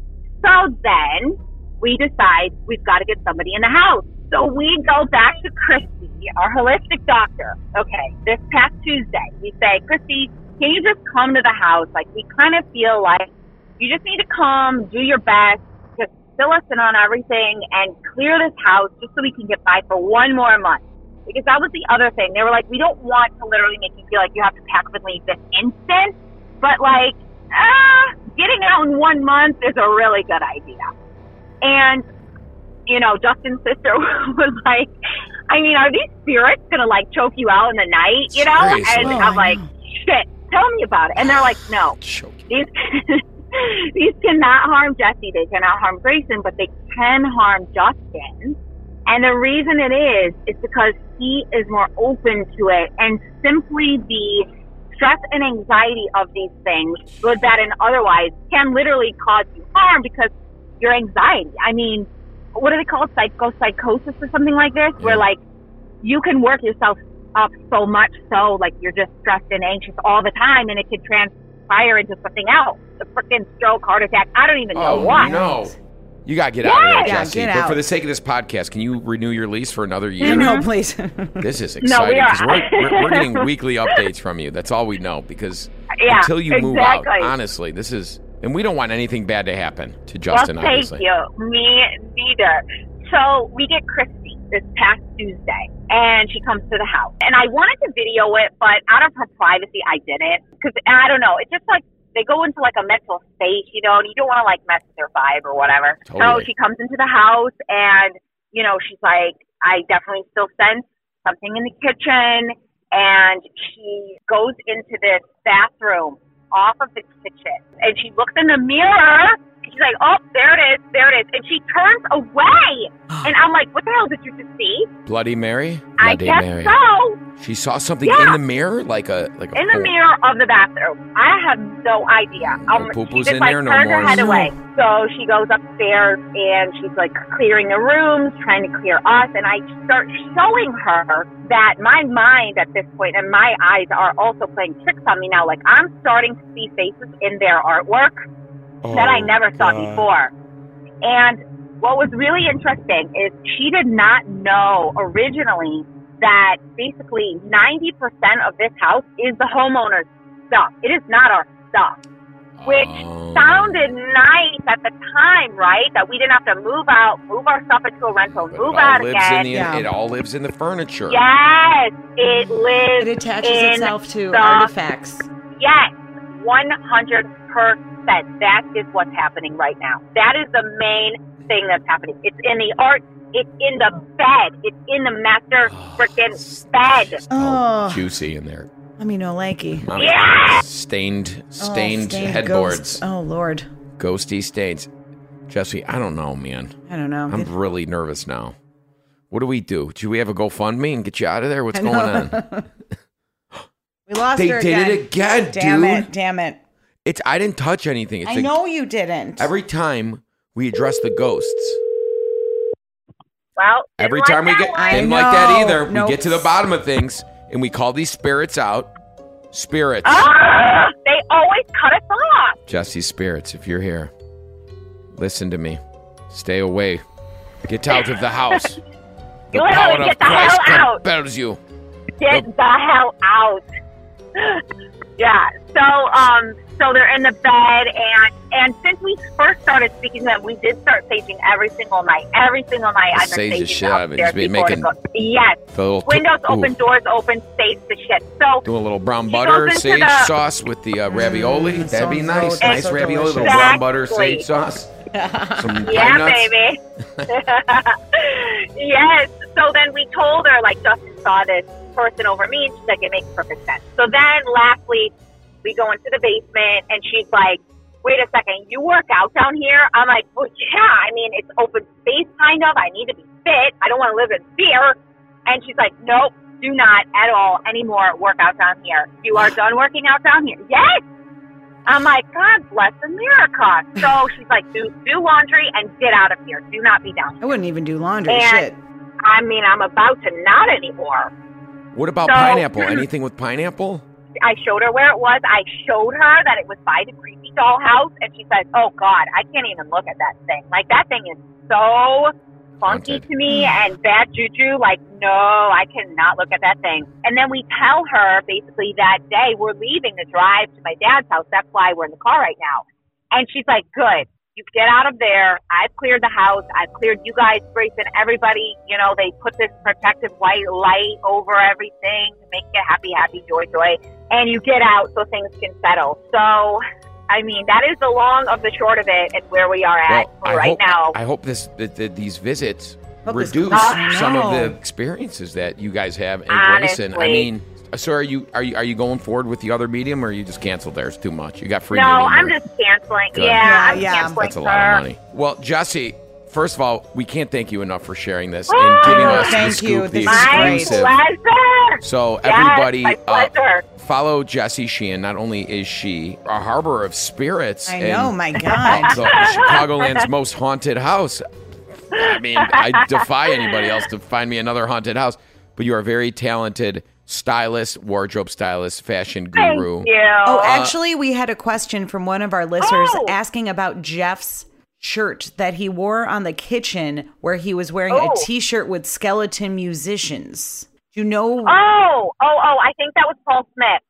S4: So then we decide we've got to get somebody in the house. So we go back to Christy, our holistic doctor. Okay, this past Tuesday, we say, Christy, can you just come to the house? Like, we kind of feel like you just need to come, do your best, just fill us in on everything and clear this house just so we can get by for one more month. Because that was the other thing. They were like, we don't want to literally make you feel like you have to pack up and leave this instant, but like, ah, getting out in one month is a really good idea. And, you know, Justin's sister was like, I mean, are these spirits going to like choke you out in the night, you know?
S2: Seriously.
S4: And
S3: Oh,
S4: I'm
S3: I
S4: like, shit, tell me about it. And they're like, no,
S2: Choke.
S4: these these cannot harm Jesse. They cannot harm Grayson, but they can harm Justin. And the reason it is is because he is more open to it, and simply the stress and anxiety of these things, good, bad, and otherwise, can literally cause you harm because your anxiety. I mean, what do they call it? Psychopsychosis or something like this, where
S2: Yeah.
S4: like you can work yourself up so much so like you're just stressed and anxious all the time, and it could transpire into something else. A freaking stroke, heart attack. I don't even know
S2: Oh
S4: what.
S2: no! You gotta get out of here,
S4: Yeah,
S2: Jesse.
S3: get
S2: But for
S3: out.
S2: the sake of this podcast, can you renew your lease for another year?
S3: You know, please.
S2: This is
S4: Mm-hmm. No, we
S2: exciting because we're, we're,
S4: are.
S2: we're getting weekly updates from you. That's all we know because
S4: Yeah,
S2: until you
S4: exactly.
S2: move out, honestly, this is, and we don't want anything bad to happen to Justin,
S4: well, thank
S2: obviously.
S4: you. Me neither. So we get Christy this past Tuesday, and she comes to the house. And I wanted to video it, but out of her privacy, I didn't. Because I don't know. It's just like they go into like a mental state, you know, and you don't want to like mess with their vibe or whatever.
S2: Totally.
S4: So she comes into the house, and, you know, she's like, I definitely still sense something in the kitchen. And she goes into this bathroom off of the kitchen, and she looks in the mirror she's like, oh, there it is, there it is. And she turns away. And I'm like, what the hell did you just see?
S2: Bloody Mary.
S4: I
S2: Bloody
S4: guess
S2: Mary.
S4: so.
S2: She saw something
S4: Yeah.
S2: in the mirror, like a like a
S4: In the
S2: form.
S4: mirror of the bathroom. I have no idea. Um,
S2: poo-poo's
S4: she just
S2: in
S4: like
S2: there no
S4: turned
S2: more.
S4: her head
S2: No.
S4: away. So she goes upstairs and she's like clearing the rooms, trying to clear us. And I start showing her that my mind at this point and my eyes are also playing tricks on me now. Like I'm starting to see faces in their artwork that
S2: Oh,
S4: I never saw before. And what was really interesting is she did not know originally that basically 90% of this house is the homeowner's stuff. It is not our stuff, which
S2: Oh.
S4: sounded nice at the time, right? That we didn't have to move out, move our stuff into a rental,
S2: But
S4: move
S2: it all
S4: out
S2: lives
S4: again.
S2: in the
S3: Yeah.
S2: it all lives in the furniture.
S4: yes, it lives.
S3: It attaches
S4: in
S3: itself to
S4: the-
S3: artifacts.
S4: Yes, 100%. That is what's happening right now. That is the main thing that's happening. It's in the art, it's in the bed, it's in the master freaking bed.
S2: All
S3: Oh.
S2: juicy in there.
S3: I mean, no likey.
S2: Mommy,
S4: Yeah!
S2: Stained
S3: Oh,
S2: stained,
S3: ghosts.
S2: headboards.
S3: Oh Lord,
S2: Ghosty stains. Jesse, I don't know, man.
S3: I don't know.
S2: I'm really nervous now. What do we do? Should we have a GoFundMe and get you out of there? What's going on?
S3: we lost
S2: They
S3: her
S2: did
S3: again.
S2: it again,
S3: Damn
S2: dude.
S3: it! Damn it!
S2: It's I didn't touch anything. It's
S3: I
S2: like
S3: know you didn't.
S2: every time we address the ghosts.
S4: Well, didn't
S2: Every
S4: like
S2: time we
S4: that
S2: get
S4: one.
S2: didn't like that
S3: know.
S2: either.
S3: Nope.
S2: We get to the bottom of things and we call these spirits out. Spirits.
S4: Ah, they always cut us off.
S2: Jesse Spirits, if you're here, listen to me. Stay away. Get out of the house. The
S4: Literally,
S2: power of
S4: get the hell
S2: Christ
S4: out.
S2: compels you.
S4: Get the hell out. yeah. So, um, so they're in the bed, and and since we first started speaking to them, we did start staging every single night. Every single night, I've
S2: Sage
S4: been
S2: the
S4: staging
S2: shit out of it.
S4: upstairs
S2: Just be
S4: before
S2: making-
S4: the go- Yes.
S2: The little
S4: Windows
S2: ooh,
S4: open, doors open, stage the shit. So
S2: Do a little brown
S4: She
S2: butter
S4: goes into
S2: sage
S4: the-
S2: sauce with the uh, ravioli.
S3: that
S2: That'd be
S3: Mm, sounds
S2: nice.
S3: so-
S2: nice
S3: so
S2: ravioli,
S3: delicious.
S2: little brown butter
S4: Exactly.
S2: sage sauce. Some pine
S4: yeah,
S2: nuts.
S4: baby. yes. So then we told her like Justin saw this person over me, and she's like, it makes perfect sense. So then lastly, we go into the basement, and she's like, wait a second, you work out down here? I'm like, well, yeah. I mean, it's open space, kind of. I need to be fit. I don't want to live in fear. And she's like, nope, do not at all anymore work out down here. You are done working out down here. Yes. I'm like, God bless America. So she's like, do, do laundry and get out of here. Do not be down here.
S3: I wouldn't even do laundry.
S4: And-
S3: Shit.
S4: I mean, I'm about to not anymore.
S2: What about
S4: So-
S2: pineapple? Anything with pineapple?
S4: I showed her where it was. I showed her that it was by the creepy dollhouse, and she says, "Oh God, I can't even look at that thing. Like that thing is so funky
S2: Haunted.
S4: to me and bad juju. Like no, I cannot look at that thing." And then we tell her basically that day we're leaving the drive to my dad's house. That's why we're in the car right now. And she's like, "Good." You get out of there. I've cleared the house. I've cleared you guys, Grace, and everybody. You know, they put this protective white light over everything to make it happy, happy, joy, joy and you get out so things can settle. So, I mean, that is the long of the short of it and where we are at
S2: I
S4: right
S2: hope,
S4: now.
S2: I hope this that, that these visits
S3: Hope this
S2: reduce
S3: goes- I
S2: some of
S3: know.
S2: the experiences that you guys have in Grayson. I
S4: Honestly.
S2: mean, uh, so are you are you are you going forward with the other medium, or you just canceled theirs too much? You got free.
S4: no,
S2: medium
S4: I'm
S2: there.
S4: just canceling.
S2: Good.
S4: Yeah,
S3: Yeah,
S4: I'm
S3: yeah.
S4: canceling.
S2: That's a lot
S4: sir.
S2: of money. Well, Jesse, first of all, we can't thank you enough for sharing this and
S4: Oh,
S2: giving us the
S3: thank
S2: scoop,
S3: you.
S2: the
S3: This is
S4: My
S3: great.
S2: exclusive.
S4: pleasure.
S2: So
S4: Yes,
S2: everybody,
S4: my
S2: uh,
S4: pleasure.
S2: follow Jessie Sheehan. Not only is she a harbor of spirits,
S3: I
S2: and
S3: know. My
S2: the
S3: God.
S2: Chicagoland's most haunted house. I mean, I defy anybody else to find me another haunted house. But you are a very talented stylist, wardrobe stylist, fashion
S4: Thank
S2: guru.
S4: you.
S3: Oh, actually, we had a question from one of our listeners
S4: Uh, Oh.
S3: asking about Jeff's shirt that he wore on the kitchen, where he was wearing
S4: Oh.
S3: a T-shirt with skeleton musicians. Do you know
S4: oh, oh, oh! I think that was Paul Smith.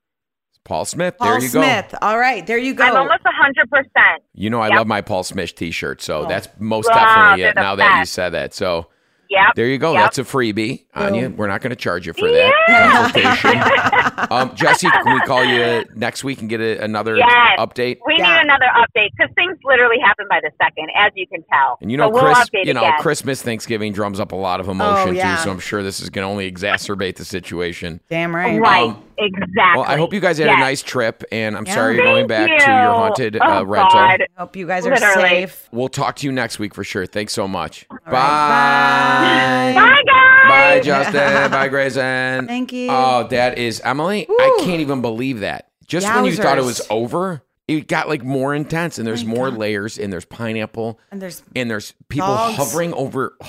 S2: Paul Smith.
S3: Paul
S2: there you go.
S3: Smith? All right, there you go.
S4: I'm almost hundred percent.
S2: You know, I
S4: Yep.
S2: love my Paul Smith T-shirt, so that's most
S4: Wow,
S2: definitely
S4: they're
S2: it.
S4: the
S2: Now that you
S4: best.
S2: said that, so
S4: Yep.
S2: there you go.
S4: Yep.
S2: That's a freebie on you. We're not going to charge you for
S4: Yeah.
S2: that consultation. um, Jesse, can we call you next week and get a, another
S4: Yes.
S2: update?
S4: we
S3: Yeah.
S4: need another update because things literally happen by the second, as you can tell.
S2: And you know,
S4: so we'll
S2: Chris,
S4: update
S2: you know,
S4: again. Oh,
S2: Christmas, Thanksgiving drums up a lot of emotion
S3: yeah.
S2: too. So I'm sure this is going to only exacerbate the situation.
S3: Damn right.
S4: Right.
S2: Um,
S4: Exactly.
S2: Well, I hope you guys had
S4: Yes.
S2: a nice trip, and I'm
S3: Yeah.
S2: sorry you're going
S4: Thank
S2: back
S4: you.
S2: to your haunted
S4: oh,
S2: uh, rental.
S4: God.
S3: Hope you guys are
S4: Literally.
S3: safe.
S2: We'll talk to you next week for sure. Thanks so much.
S3: All right, bye.
S4: Bye, guys.
S2: Bye, Justin. Bye, Grayson.
S3: Thank you.
S2: Oh, that is Emily. I
S3: Woo.
S2: can't even believe that. Just when you thought it was
S3: Yowzers.
S2: over, it got like more intense, and there's more layers, and there's pineapple,
S3: And there's
S2: and there's people
S3: Dogs.
S2: hovering over. Ugh.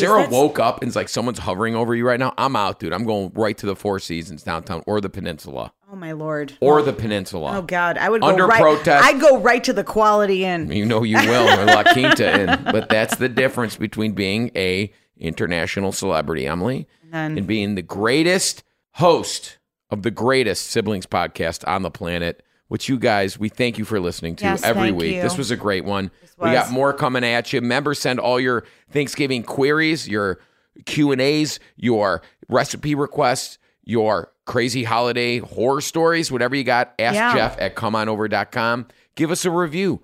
S2: Sarah
S3: That's-
S2: woke up and is like, someone's hovering over you right now. I'm out, dude. I'm going right to the Four Seasons downtown or the Peninsula
S3: Oh my lord.
S2: or the Peninsula.
S3: Oh god, I would
S2: Under
S3: go right,
S2: protest.
S3: I'd go right to the Quality Inn.
S2: You know you will or La Quinta in. But that's the difference between being a international celebrity, Emily,
S3: then-
S2: and being the greatest host of the greatest siblings podcast on the planet. Which you guys, we thank you for listening to
S3: Yes,
S2: every
S3: thank
S2: week.
S3: you.
S2: This was a great one.
S3: was.
S2: We got more coming at you. Remember, send all your Thanksgiving queries, your Q and A's, your recipe requests, your crazy holiday horror stories, whatever you got. Ask
S3: Yeah.
S2: Jeff at comeonover.com. Give us a review.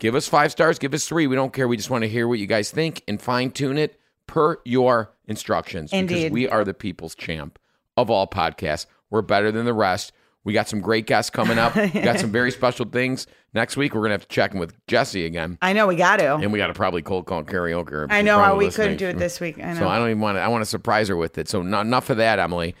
S2: Give us five stars. Give us three. We don't care. We just want to hear what you guys think and fine tune it per your instructions. Because
S3: Indeed.
S2: we are the people's champ of all podcasts. We're better than the rest. We got some great guests coming up. we got some very special things. Next week, we're going to have to check in with Jesse again.
S3: I know we got to.
S2: And we got to probably cold call karaoke. or
S3: I know how
S2: probably
S3: we couldn't
S2: listening.
S3: do it this week. I know.
S2: So I don't even want to, I want to surprise her with it. So not enough of that, Emily.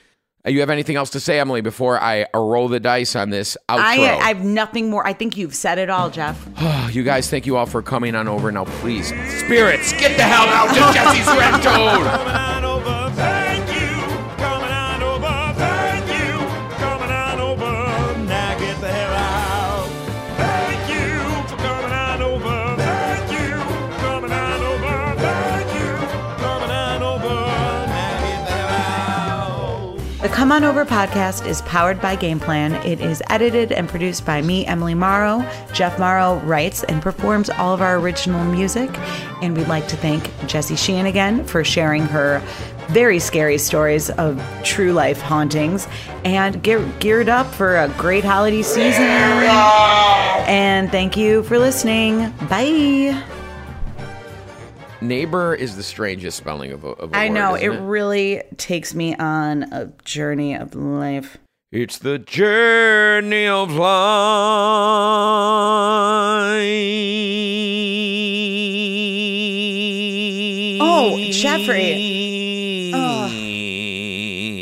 S2: Uh, You have anything else to say, Emily, before I uh, roll the dice on this outro?
S3: I, I have nothing more. I think you've said it all, Jeff.
S2: Ah, You guys, thank you all for coming on over. Now, please, spirits, get the hell out to Jesse's Red Toad.
S1: Coming on over, thank you. Coming on over, thank you. Coming on over, now get the hell out. Thank you for coming on over, thank you. Coming on over, thank you. Coming on over, now get the hell out.
S3: The Come On Over podcast is powered by Game Plan. It is edited and produced by me, Emily Morrow. Jeff Morrow writes and performs all of our original music. And we'd like to thank Jessie Sheehan again for sharing her very scary stories of true life hauntings. And get geared up for a great holiday season. And thank you for listening. Bye.
S2: Neighbor is the strangest spelling of a, of a
S3: I
S2: word,
S3: know it
S2: isn't it?
S3: really takes me on a journey of life.
S2: It's the journey of life.
S3: Oh, Jeffrey. Ugh.
S2: You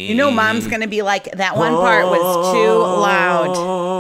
S3: You know, mom's gonna be like, that one part was too loud.